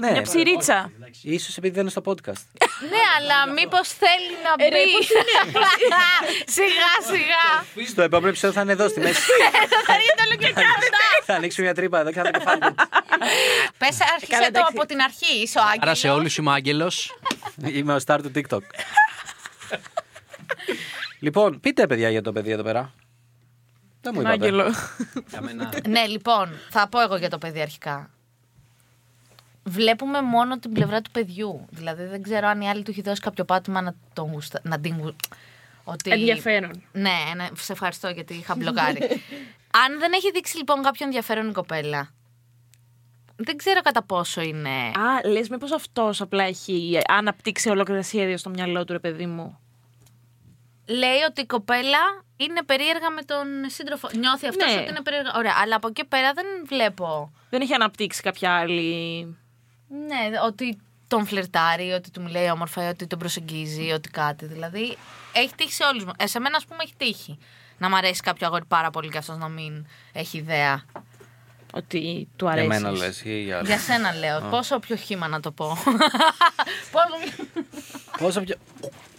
Speaker 2: Ναι,
Speaker 4: Μια ψηρίτσα.
Speaker 2: ίσως επειδή δεν είναι στο podcast.
Speaker 3: Ναι, αλλά μήπως θέλει να μπει. Σιγά σιγά.
Speaker 2: στο επόμενο επεισόδιο θα είναι εδώ στη μέση.
Speaker 3: Ε, Θα ρίχνει το όλο και κάτω.
Speaker 2: θα ανοίξουμε μια τρύπα εδώ και θα το κεφάλι. μου.
Speaker 3: Πε, αρχίσε το από την αρχή, είσαι ο
Speaker 1: Άρα σε
Speaker 3: Άγγελο.
Speaker 1: όλους είμαι άγγελος.
Speaker 2: Είμαι ο star του TikTok. λοιπόν, πείτε παιδιά για το παιδί εδώ πέρα. Δεν μου είπατε.
Speaker 4: Άγγελο.
Speaker 1: Για μένα.
Speaker 3: Ναι, λοιπόν, θα πω εγώ για το παιδί αρχικά. Βλέπουμε μόνο την πλευρά του παιδιού. Δηλαδή δεν ξέρω αν η άλλη του έχει δώσει κάποιο πάτημα να, τον γουστα... να την γου- Ότι...
Speaker 4: Ενδιαφέρον.
Speaker 3: Ναι, ναι, σε ευχαριστώ γιατί είχα μπλοκάρει. αν δεν έχει δείξει λοιπόν κάποιο ενδιαφέρον η κοπέλα, δεν ξέρω κατά πόσο είναι.
Speaker 4: Α, λες, μήπως αυτός απλά έχει αναπτύξει ολόκληρα σχέδια στο μυαλό του, ρε παιδί μου.
Speaker 3: Λέει ότι η κοπέλα είναι περίεργα με τον σύντροφο. Νιώθει αυτός
Speaker 4: Ναι.
Speaker 3: ότι είναι περίεργα. Ωραία, αλλά από εκεί πέρα δεν βλέπω.
Speaker 4: Δεν έχει αναπτύξει κάποια άλλη.
Speaker 3: Ναι, ότι τον φλερτάρει, ότι του μιλάει όμορφα, ή ότι τον προσεγγίζει, ή ότι κάτι. Δηλαδή, έχει τύχει σε όλους μου. Ε, σε μένα, ας πούμε, έχει τύχει. Να μ' αρέσει κάποιο αγόρι πάρα πολύ και αυτός να μην έχει ιδέα.
Speaker 4: Ότι του αρέσει.
Speaker 2: Εμένα λες ή για
Speaker 3: Για σένα λέω. Πόσο πιο χήμα να το πω. Πόσο πιο-
Speaker 2: Πόσο πιο.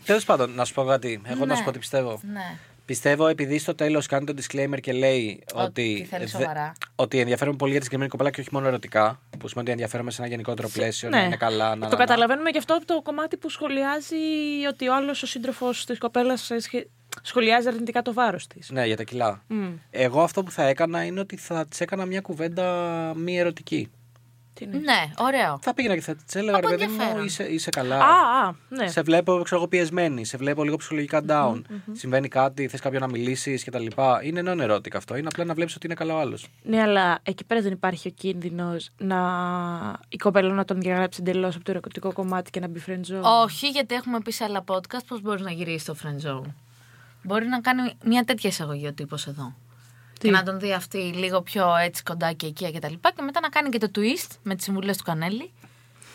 Speaker 2: Τέλος πάντων, να σου πω κάτι. Εγώ να σου πω τι πιστεύω.
Speaker 3: ναι.
Speaker 2: Πιστεύω επειδή στο τέλος κάνει το disclaimer και λέει
Speaker 3: Ότι
Speaker 2: ότι.
Speaker 3: θέλει
Speaker 2: δε-
Speaker 3: σοβαρά.
Speaker 2: Ότι ενδιαφέρομαι πολύ για τη συγκεκριμένη κοπέλα και όχι μόνο ερωτικά. Που σημαίνει ότι ενδιαφέρομαι σε ένα γενικότερο πλαίσιο, να είναι καλά. Να,
Speaker 4: το
Speaker 2: να, να.
Speaker 4: καταλαβαίνουμε και αυτό από το κομμάτι που σχολιάζει ότι ο άλλος ο σύντροφος της κοπέλας σχολιάζει αρνητικά το βάρος της.
Speaker 2: Ναι, για τα κιλά. Εγώ αυτό που θα έκανα είναι ότι θα της έκανα μια κουβέντα μη ερωτική.
Speaker 3: ναι, ωραίο.
Speaker 2: Θα πήγαινα και θα τη έλεγα, ρε
Speaker 3: Από
Speaker 2: παιδί μου,
Speaker 3: ενδιαφέρον.
Speaker 2: είσαι, είσαι καλά.
Speaker 4: Α, α, ναι.
Speaker 2: Σε βλέπω ξέρω, εγώ, πιεσμένη, σε βλέπω λίγο ψυχολογικά down. Συμβαίνει κάτι, θες κάποιον να μιλήσεις κτλ. Είναι non erotic αυτό. Είναι απλά να βλέπεις ότι είναι καλά ο άλλος.
Speaker 4: Ναι, αλλά εκεί πέρα δεν υπάρχει ο κίνδυνος να η κοπέλα να τον διαγράψει εντελώς από το ερωτικό κομμάτι και να μπει friend zone.
Speaker 3: Όχι, γιατί έχουμε πει σε άλλα podcast πώς μπορείς να γυρίσεις το friend zone. Μπορεί να κάνει μια τέτοια εισαγωγή ο τύπος εδώ. Και να τον δει αυτή λίγο πιο έτσι κοντά και εκεί και τα λοιπά. Και μετά να κάνει και το twist με τις συμβουλές του Κανέλη.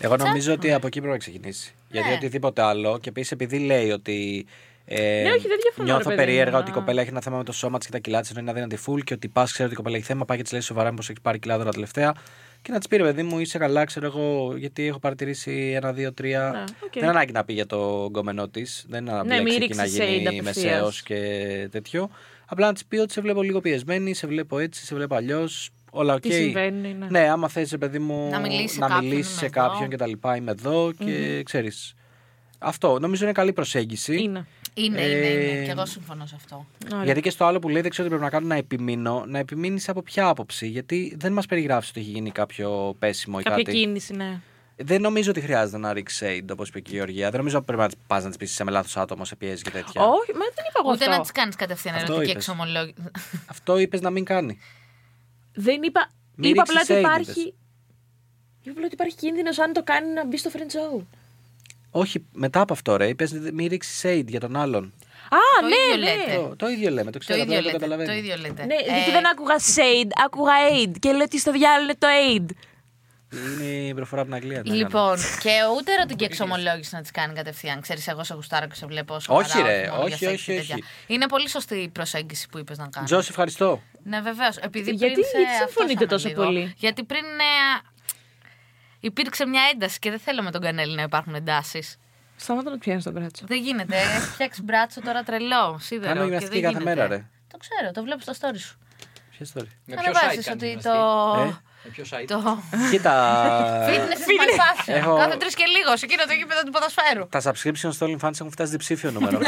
Speaker 2: Εγώ νομίζω ότι από εκεί πρέπει να ξεκινήσει. Γιατί οτιδήποτε άλλο και επίσης επειδή λέει ότι. Ε,
Speaker 4: Ναι, όχι, δεν διαφωνώ, ρε
Speaker 2: νιώθω
Speaker 4: παιδί μου,
Speaker 2: περίεργα
Speaker 4: να-
Speaker 2: ότι η κοπέλα έχει ένα θέμα με το σώμα της και τα κιλά της, ενώ είναι αδύνατη φουλ και ότι πα, ξέρω ότι η κοπέλα έχει θέμα, πάει και της λέει σοβαρά μου πω έχει πάρει κιλά τώρα τελευταία. Και να της πει ρε παιδί μου, είσαι καλά, ξέρω εγώ, γιατί έχω παρατηρήσει ένα, δύο, τρία.
Speaker 4: Ναι, οκ.
Speaker 2: Δεν είναι ανάγκη να πει για το γκόμενό της. Δεν είναι
Speaker 4: Ναι,
Speaker 2: να
Speaker 4: μη
Speaker 2: μπλέξει και να
Speaker 4: ρίξεις shade
Speaker 2: γίνει
Speaker 4: απευθείας.
Speaker 2: μεσαίο και τέτοιο. Απλά να της πει ότι σε βλέπω λίγο πιεσμένη, σε βλέπω έτσι, σε βλέπω αλλιώς. Όλα οκ.
Speaker 4: Τι συμβαίνει, ναι.
Speaker 2: ναι, άμα θες, παιδί μου,
Speaker 3: Να μιλήσει
Speaker 2: να
Speaker 3: κάποιον,
Speaker 2: μιλήσει σε
Speaker 3: είμαι εδώ.
Speaker 2: κάποιον και τα λοιπά. Είμαι εδώ και ξέρεις Αυτό νομίζω είναι καλή προσέγγιση.
Speaker 4: Είναι.
Speaker 3: Είναι,
Speaker 2: Ε,
Speaker 3: είναι, είναι. Και εγώ συμφωνώ σε αυτό.
Speaker 4: Ωραία.
Speaker 2: Γιατί και στο άλλο που λέει δεν ξέρω τι πρέπει να κάνω να επιμείνω, να επιμείνεις από ποια άποψη. Γιατί δεν μας περιγράφεις ότι έχει γίνει κάποιο πέσιμο ή
Speaker 4: Κάποια
Speaker 2: κάτι.
Speaker 4: κίνηση, ναι.
Speaker 2: Δεν νομίζω ότι χρειάζεται να ρίξει shade όπως είπε και η Γεωργία. Δεν νομίζω ότι πρέπει να πας να τη πεις σε με λάθο άτομο, σε πιέζει και τέτοια.
Speaker 4: Όχι, μα δεν είπα εγώ
Speaker 3: Ούτε
Speaker 4: αυτό.
Speaker 3: να τη κάνεις κατευθείαν
Speaker 2: Αυτό
Speaker 3: ερωτική
Speaker 2: είπες.
Speaker 3: εξομολόγηση.
Speaker 2: Αυτό είπες να μην κάνει.
Speaker 4: Δεν είπα.
Speaker 2: Μη
Speaker 4: είπα
Speaker 2: ρίξεις
Speaker 4: απλά ότι
Speaker 2: shade,
Speaker 4: υπάρχει.
Speaker 2: είδες.
Speaker 4: Είπα απλά ότι υπάρχει κίνδυνος αν το κάνει να μπει στο friend zone.
Speaker 2: Όχι, μετά από αυτό ρε, είπες μη ρίξεις shade για τον άλλον.
Speaker 4: Α,
Speaker 3: Το
Speaker 4: ναι,
Speaker 3: ίδιο
Speaker 4: ναι.
Speaker 3: λέτε.
Speaker 2: Το, το ίδιο λέμε, το
Speaker 3: Ε. Το
Speaker 2: ξέρω, απλά
Speaker 3: ίδιο
Speaker 2: δεν το
Speaker 3: λέτε.
Speaker 2: καταλαβαίνω.
Speaker 3: Το ίδιο λέτε.
Speaker 4: Ναι,
Speaker 3: Ε,
Speaker 4: γιατί δεν άκουγα shade, άκουγα aid. Και λέω τι στο διάλογο είναι το aid.
Speaker 2: Είναι η προφορά από την Αγγλία. τι να κάνω.
Speaker 3: Λοιπόν, και ούτε ερωτική εξομολόγηση να της κάνει κατευθείαν. Ξέρεις, εγώ σε γουστάρω και σε βλέπω.
Speaker 2: Όχι,
Speaker 3: σοβαρά,
Speaker 2: ρε,
Speaker 3: μόνο για
Speaker 2: όχι,
Speaker 3: σεξ
Speaker 2: όχι,
Speaker 3: και τέτοια.
Speaker 2: όχι.
Speaker 3: Είναι πολύ σωστή η προσέγγιση που είπες να κάνεις.
Speaker 2: Τζος, ευχαριστώ.
Speaker 3: Ναι, βεβαίως. Επειδή
Speaker 4: Γιατί-
Speaker 3: πριν σε
Speaker 4: γιατί
Speaker 3: αυτό
Speaker 4: συμφωνείτε
Speaker 3: είχαμε
Speaker 4: τόσο
Speaker 3: λίγο.
Speaker 4: πολύ?
Speaker 3: Γιατί πριν ε, υπήρξε μια ένταση και δεν θέλω με τον Κανέλη να υπάρχουν εντάσεις.
Speaker 4: Σταμάτα να πιάνεις τον κράτσο.
Speaker 3: Δεν γίνεται. Έχει φτιάξει μπράτσο τώρα τρελό, σίδερο.
Speaker 2: Κάνω
Speaker 3: και
Speaker 2: γυμναστική
Speaker 3: δεν
Speaker 2: κάθε
Speaker 3: γίνεται.
Speaker 2: μέρα, ρε.
Speaker 3: Το ξέρω, το βλέπω στο story σου.
Speaker 2: Ποια story.
Speaker 6: Με ποιο site
Speaker 3: Ανεβάζεις
Speaker 6: κάνει
Speaker 3: ότι
Speaker 6: γυμναστή?
Speaker 3: το.
Speaker 2: Ε?
Speaker 6: Με ποιο site.
Speaker 3: Το.
Speaker 2: Κοίτα.
Speaker 3: Fitness is my passion.
Speaker 2: Έχω-
Speaker 3: Κάθε τρεις και λίγο σε εκείνο το γήπεδο του ποδοσφαίρου.
Speaker 2: Τα subscription στο OnlyFans έχουν φτάσει διψήφιο νούμερο.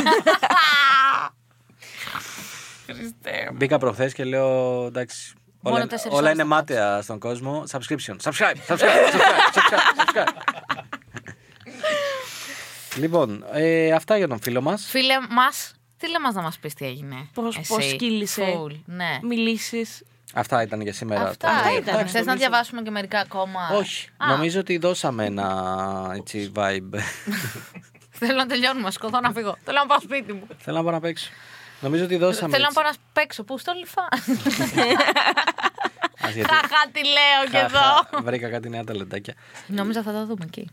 Speaker 3: Χριστέ μου.
Speaker 2: Μπήκα προχθές και λέω εντάξει.
Speaker 3: Μόνο
Speaker 2: Όλα,
Speaker 3: τέσσερις
Speaker 2: όλα
Speaker 3: ώρες
Speaker 2: είναι
Speaker 3: θα
Speaker 2: μάταια στον κόσμο. Subscription. Subscribe. Subscribe. subscribe, subscribe, subscribe. λοιπόν, ε, αυτά για τον φίλο μας.
Speaker 3: Φίλε μας, τι λέμε να μας πεις τι έγινε.
Speaker 4: Πώς-
Speaker 3: εσύ.
Speaker 4: πώς κύλησε.
Speaker 3: Ε, Full, ναι.
Speaker 4: Μιλήσεις.
Speaker 2: Αυτά ήταν για σήμερα.
Speaker 3: Αυτά ήταν.
Speaker 2: Εντάξει,
Speaker 3: Θες να
Speaker 2: νομίζω-
Speaker 3: διαβάσουμε και μερικά ακόμα.
Speaker 2: Όχι. Νομίζω ότι δώσαμε ένα έτσι, vibe.
Speaker 3: Θέλω να τελειώνουμε. Σκοτώ να φύγω. Θέλω να πάω σπίτι μου.
Speaker 2: Θέλω να πάω να παίξω. Νομίζω ότι δώσαμε.
Speaker 3: Θέλω να
Speaker 2: έτσι.
Speaker 3: πάω να παίξω. Πού στο λιφά.
Speaker 2: Ας, γιατί-
Speaker 3: Χαχά τι λέω και
Speaker 2: χα,
Speaker 3: εδώ.
Speaker 2: χα, Βρήκα κάτι νέα ταλεντάκια.
Speaker 3: Νομίζω θα τα δούμε εκεί.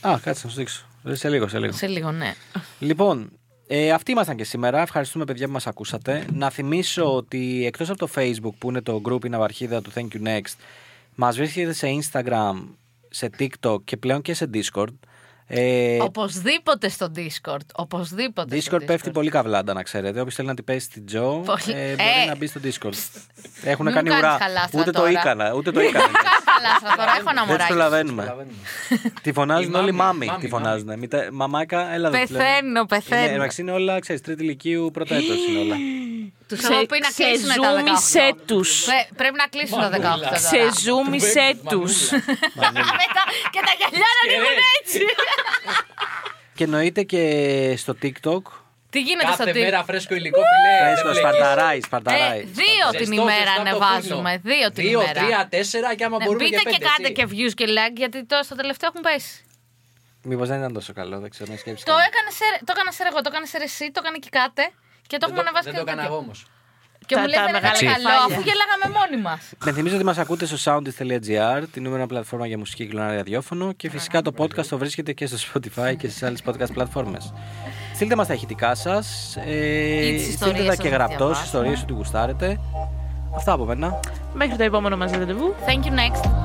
Speaker 2: Α, κάτσε να σου δείξω. Ε, Σε λίγο, σε λίγο.
Speaker 3: Σε λίγο, ναι.
Speaker 2: Λοιπόν, ε, αυτοί ήμασταν και σήμερα. Ευχαριστούμε, παιδιά, που μας ακούσατε. Να θυμίσω ότι εκτός από το Facebook που είναι το group η ναυαρχίδα του Thank you Next, μας βρίσκεται σε Instagram, σε TikTok και πλέον και σε Discord. Ε,
Speaker 3: Οπωσδήποτε στο Discord. Οπωσδήποτε. στο
Speaker 2: Discord πέφτει πολύ καβλάντα, να ξέρετε. Όποιος θέλει να την πέσει την Τζο,
Speaker 3: Πολύ-
Speaker 2: ε, μπορεί
Speaker 3: Ε.
Speaker 2: να μπει στο Discord. Έχουν
Speaker 3: Μην
Speaker 2: κάνει
Speaker 3: μου κάνεις
Speaker 2: ουρά.
Speaker 3: χαλάστρα
Speaker 2: Ούτε το
Speaker 3: τώρα.
Speaker 2: έκανα, ούτε το έκανα.
Speaker 3: Καλά, σα τώρα έχω ένα
Speaker 2: Δεν τους
Speaker 3: μωράκι.
Speaker 2: προλαβαίνουμε. Τη φωνάζουν
Speaker 6: Η
Speaker 2: όλοι
Speaker 6: μάμη,
Speaker 2: μάμι.
Speaker 6: μάμη,
Speaker 2: Τη φωνάζουν. Μητέ- Μαμάκα, έλα εδώ.
Speaker 3: Πεθαίνω, πεθαίνω.
Speaker 2: Είναι, εντάξει, είναι όλα, ξέρεις, τρίτη ηλικίου, πρώτα έτος είναι όλα.
Speaker 3: Τους έχω πει να κλείσουν τα 18.
Speaker 4: Ξεζούμισε τους.
Speaker 3: Πρέ- Πρέπει να κλείσουν τα 18 τώρα.
Speaker 4: Ξεζούμισε τους.
Speaker 3: Μετά- Και τα γυαλιά
Speaker 6: Ε,
Speaker 3: να ανοίγουν έτσι.
Speaker 2: Και εννοείται και στο TikTok.
Speaker 3: Τι γίνεται στο Ε,
Speaker 6: Κάθε μέρα
Speaker 3: TikTok.
Speaker 6: φρέσκο υλικό, φιλέ.
Speaker 2: Πες το, σπαρταράει, σπαρταράει.
Speaker 3: Ε, δύο την
Speaker 6: Ζεστός,
Speaker 3: ημέρα
Speaker 6: ζεστά το
Speaker 3: ανεβάζουμε.
Speaker 6: φούρνο.
Speaker 3: Δύο την
Speaker 6: Δύο,
Speaker 3: ημέρα.
Speaker 6: τρία, τέσσερα και άμα
Speaker 3: Ναι,
Speaker 6: μπορούμε
Speaker 3: μπείτε
Speaker 6: και
Speaker 3: και,
Speaker 6: πέντε.
Speaker 3: κάντε
Speaker 6: έτσι.
Speaker 3: και views και like γιατί τώρα στο τελευταίο έχουν πέσει.
Speaker 2: Μήπως δεν ήταν τόσο καλό, δεν ξέρω, μια σκέψη.
Speaker 3: Το, έκανε σε, το έκανα σε εγώ, το έκανες σε εσύ, το έκανε και κάτε. Και το
Speaker 6: Δεν
Speaker 3: έχουμε ανεβάσει
Speaker 6: Δεν
Speaker 3: και
Speaker 6: το
Speaker 3: το
Speaker 6: έκανα
Speaker 3: τέτοιο.
Speaker 6: εγώ όμως.
Speaker 3: Και
Speaker 4: Τα-
Speaker 3: μου λέει
Speaker 4: τα
Speaker 3: δεν
Speaker 4: μεγάλα
Speaker 3: ήταν καλό,
Speaker 4: κεφάλια.
Speaker 3: αφού γελάγαμε μόνοι μας.
Speaker 2: Με θυμίζω ότι μας ακούτε στο soundist.gr, την νούμερα πλατφόρμα για μουσική και κλωνά ραδιόφωνο και φυσικά το podcast το βρίσκεται και στο Spotify και στις άλλες podcast πλατφόρμες. Στείλτε μας τα ηχητικά σας.
Speaker 3: Ή
Speaker 2: Ε,
Speaker 3: τις
Speaker 2: στείλτε τα
Speaker 3: ιστορίες σας
Speaker 2: και
Speaker 3: να
Speaker 2: γραπτό,
Speaker 3: διαβάσουμε.
Speaker 2: ιστορίες ότι γουστάρετε. Αυτά από μένα.
Speaker 4: Μέχρι το επόμενο μα ραντεβού.
Speaker 3: Thank you next.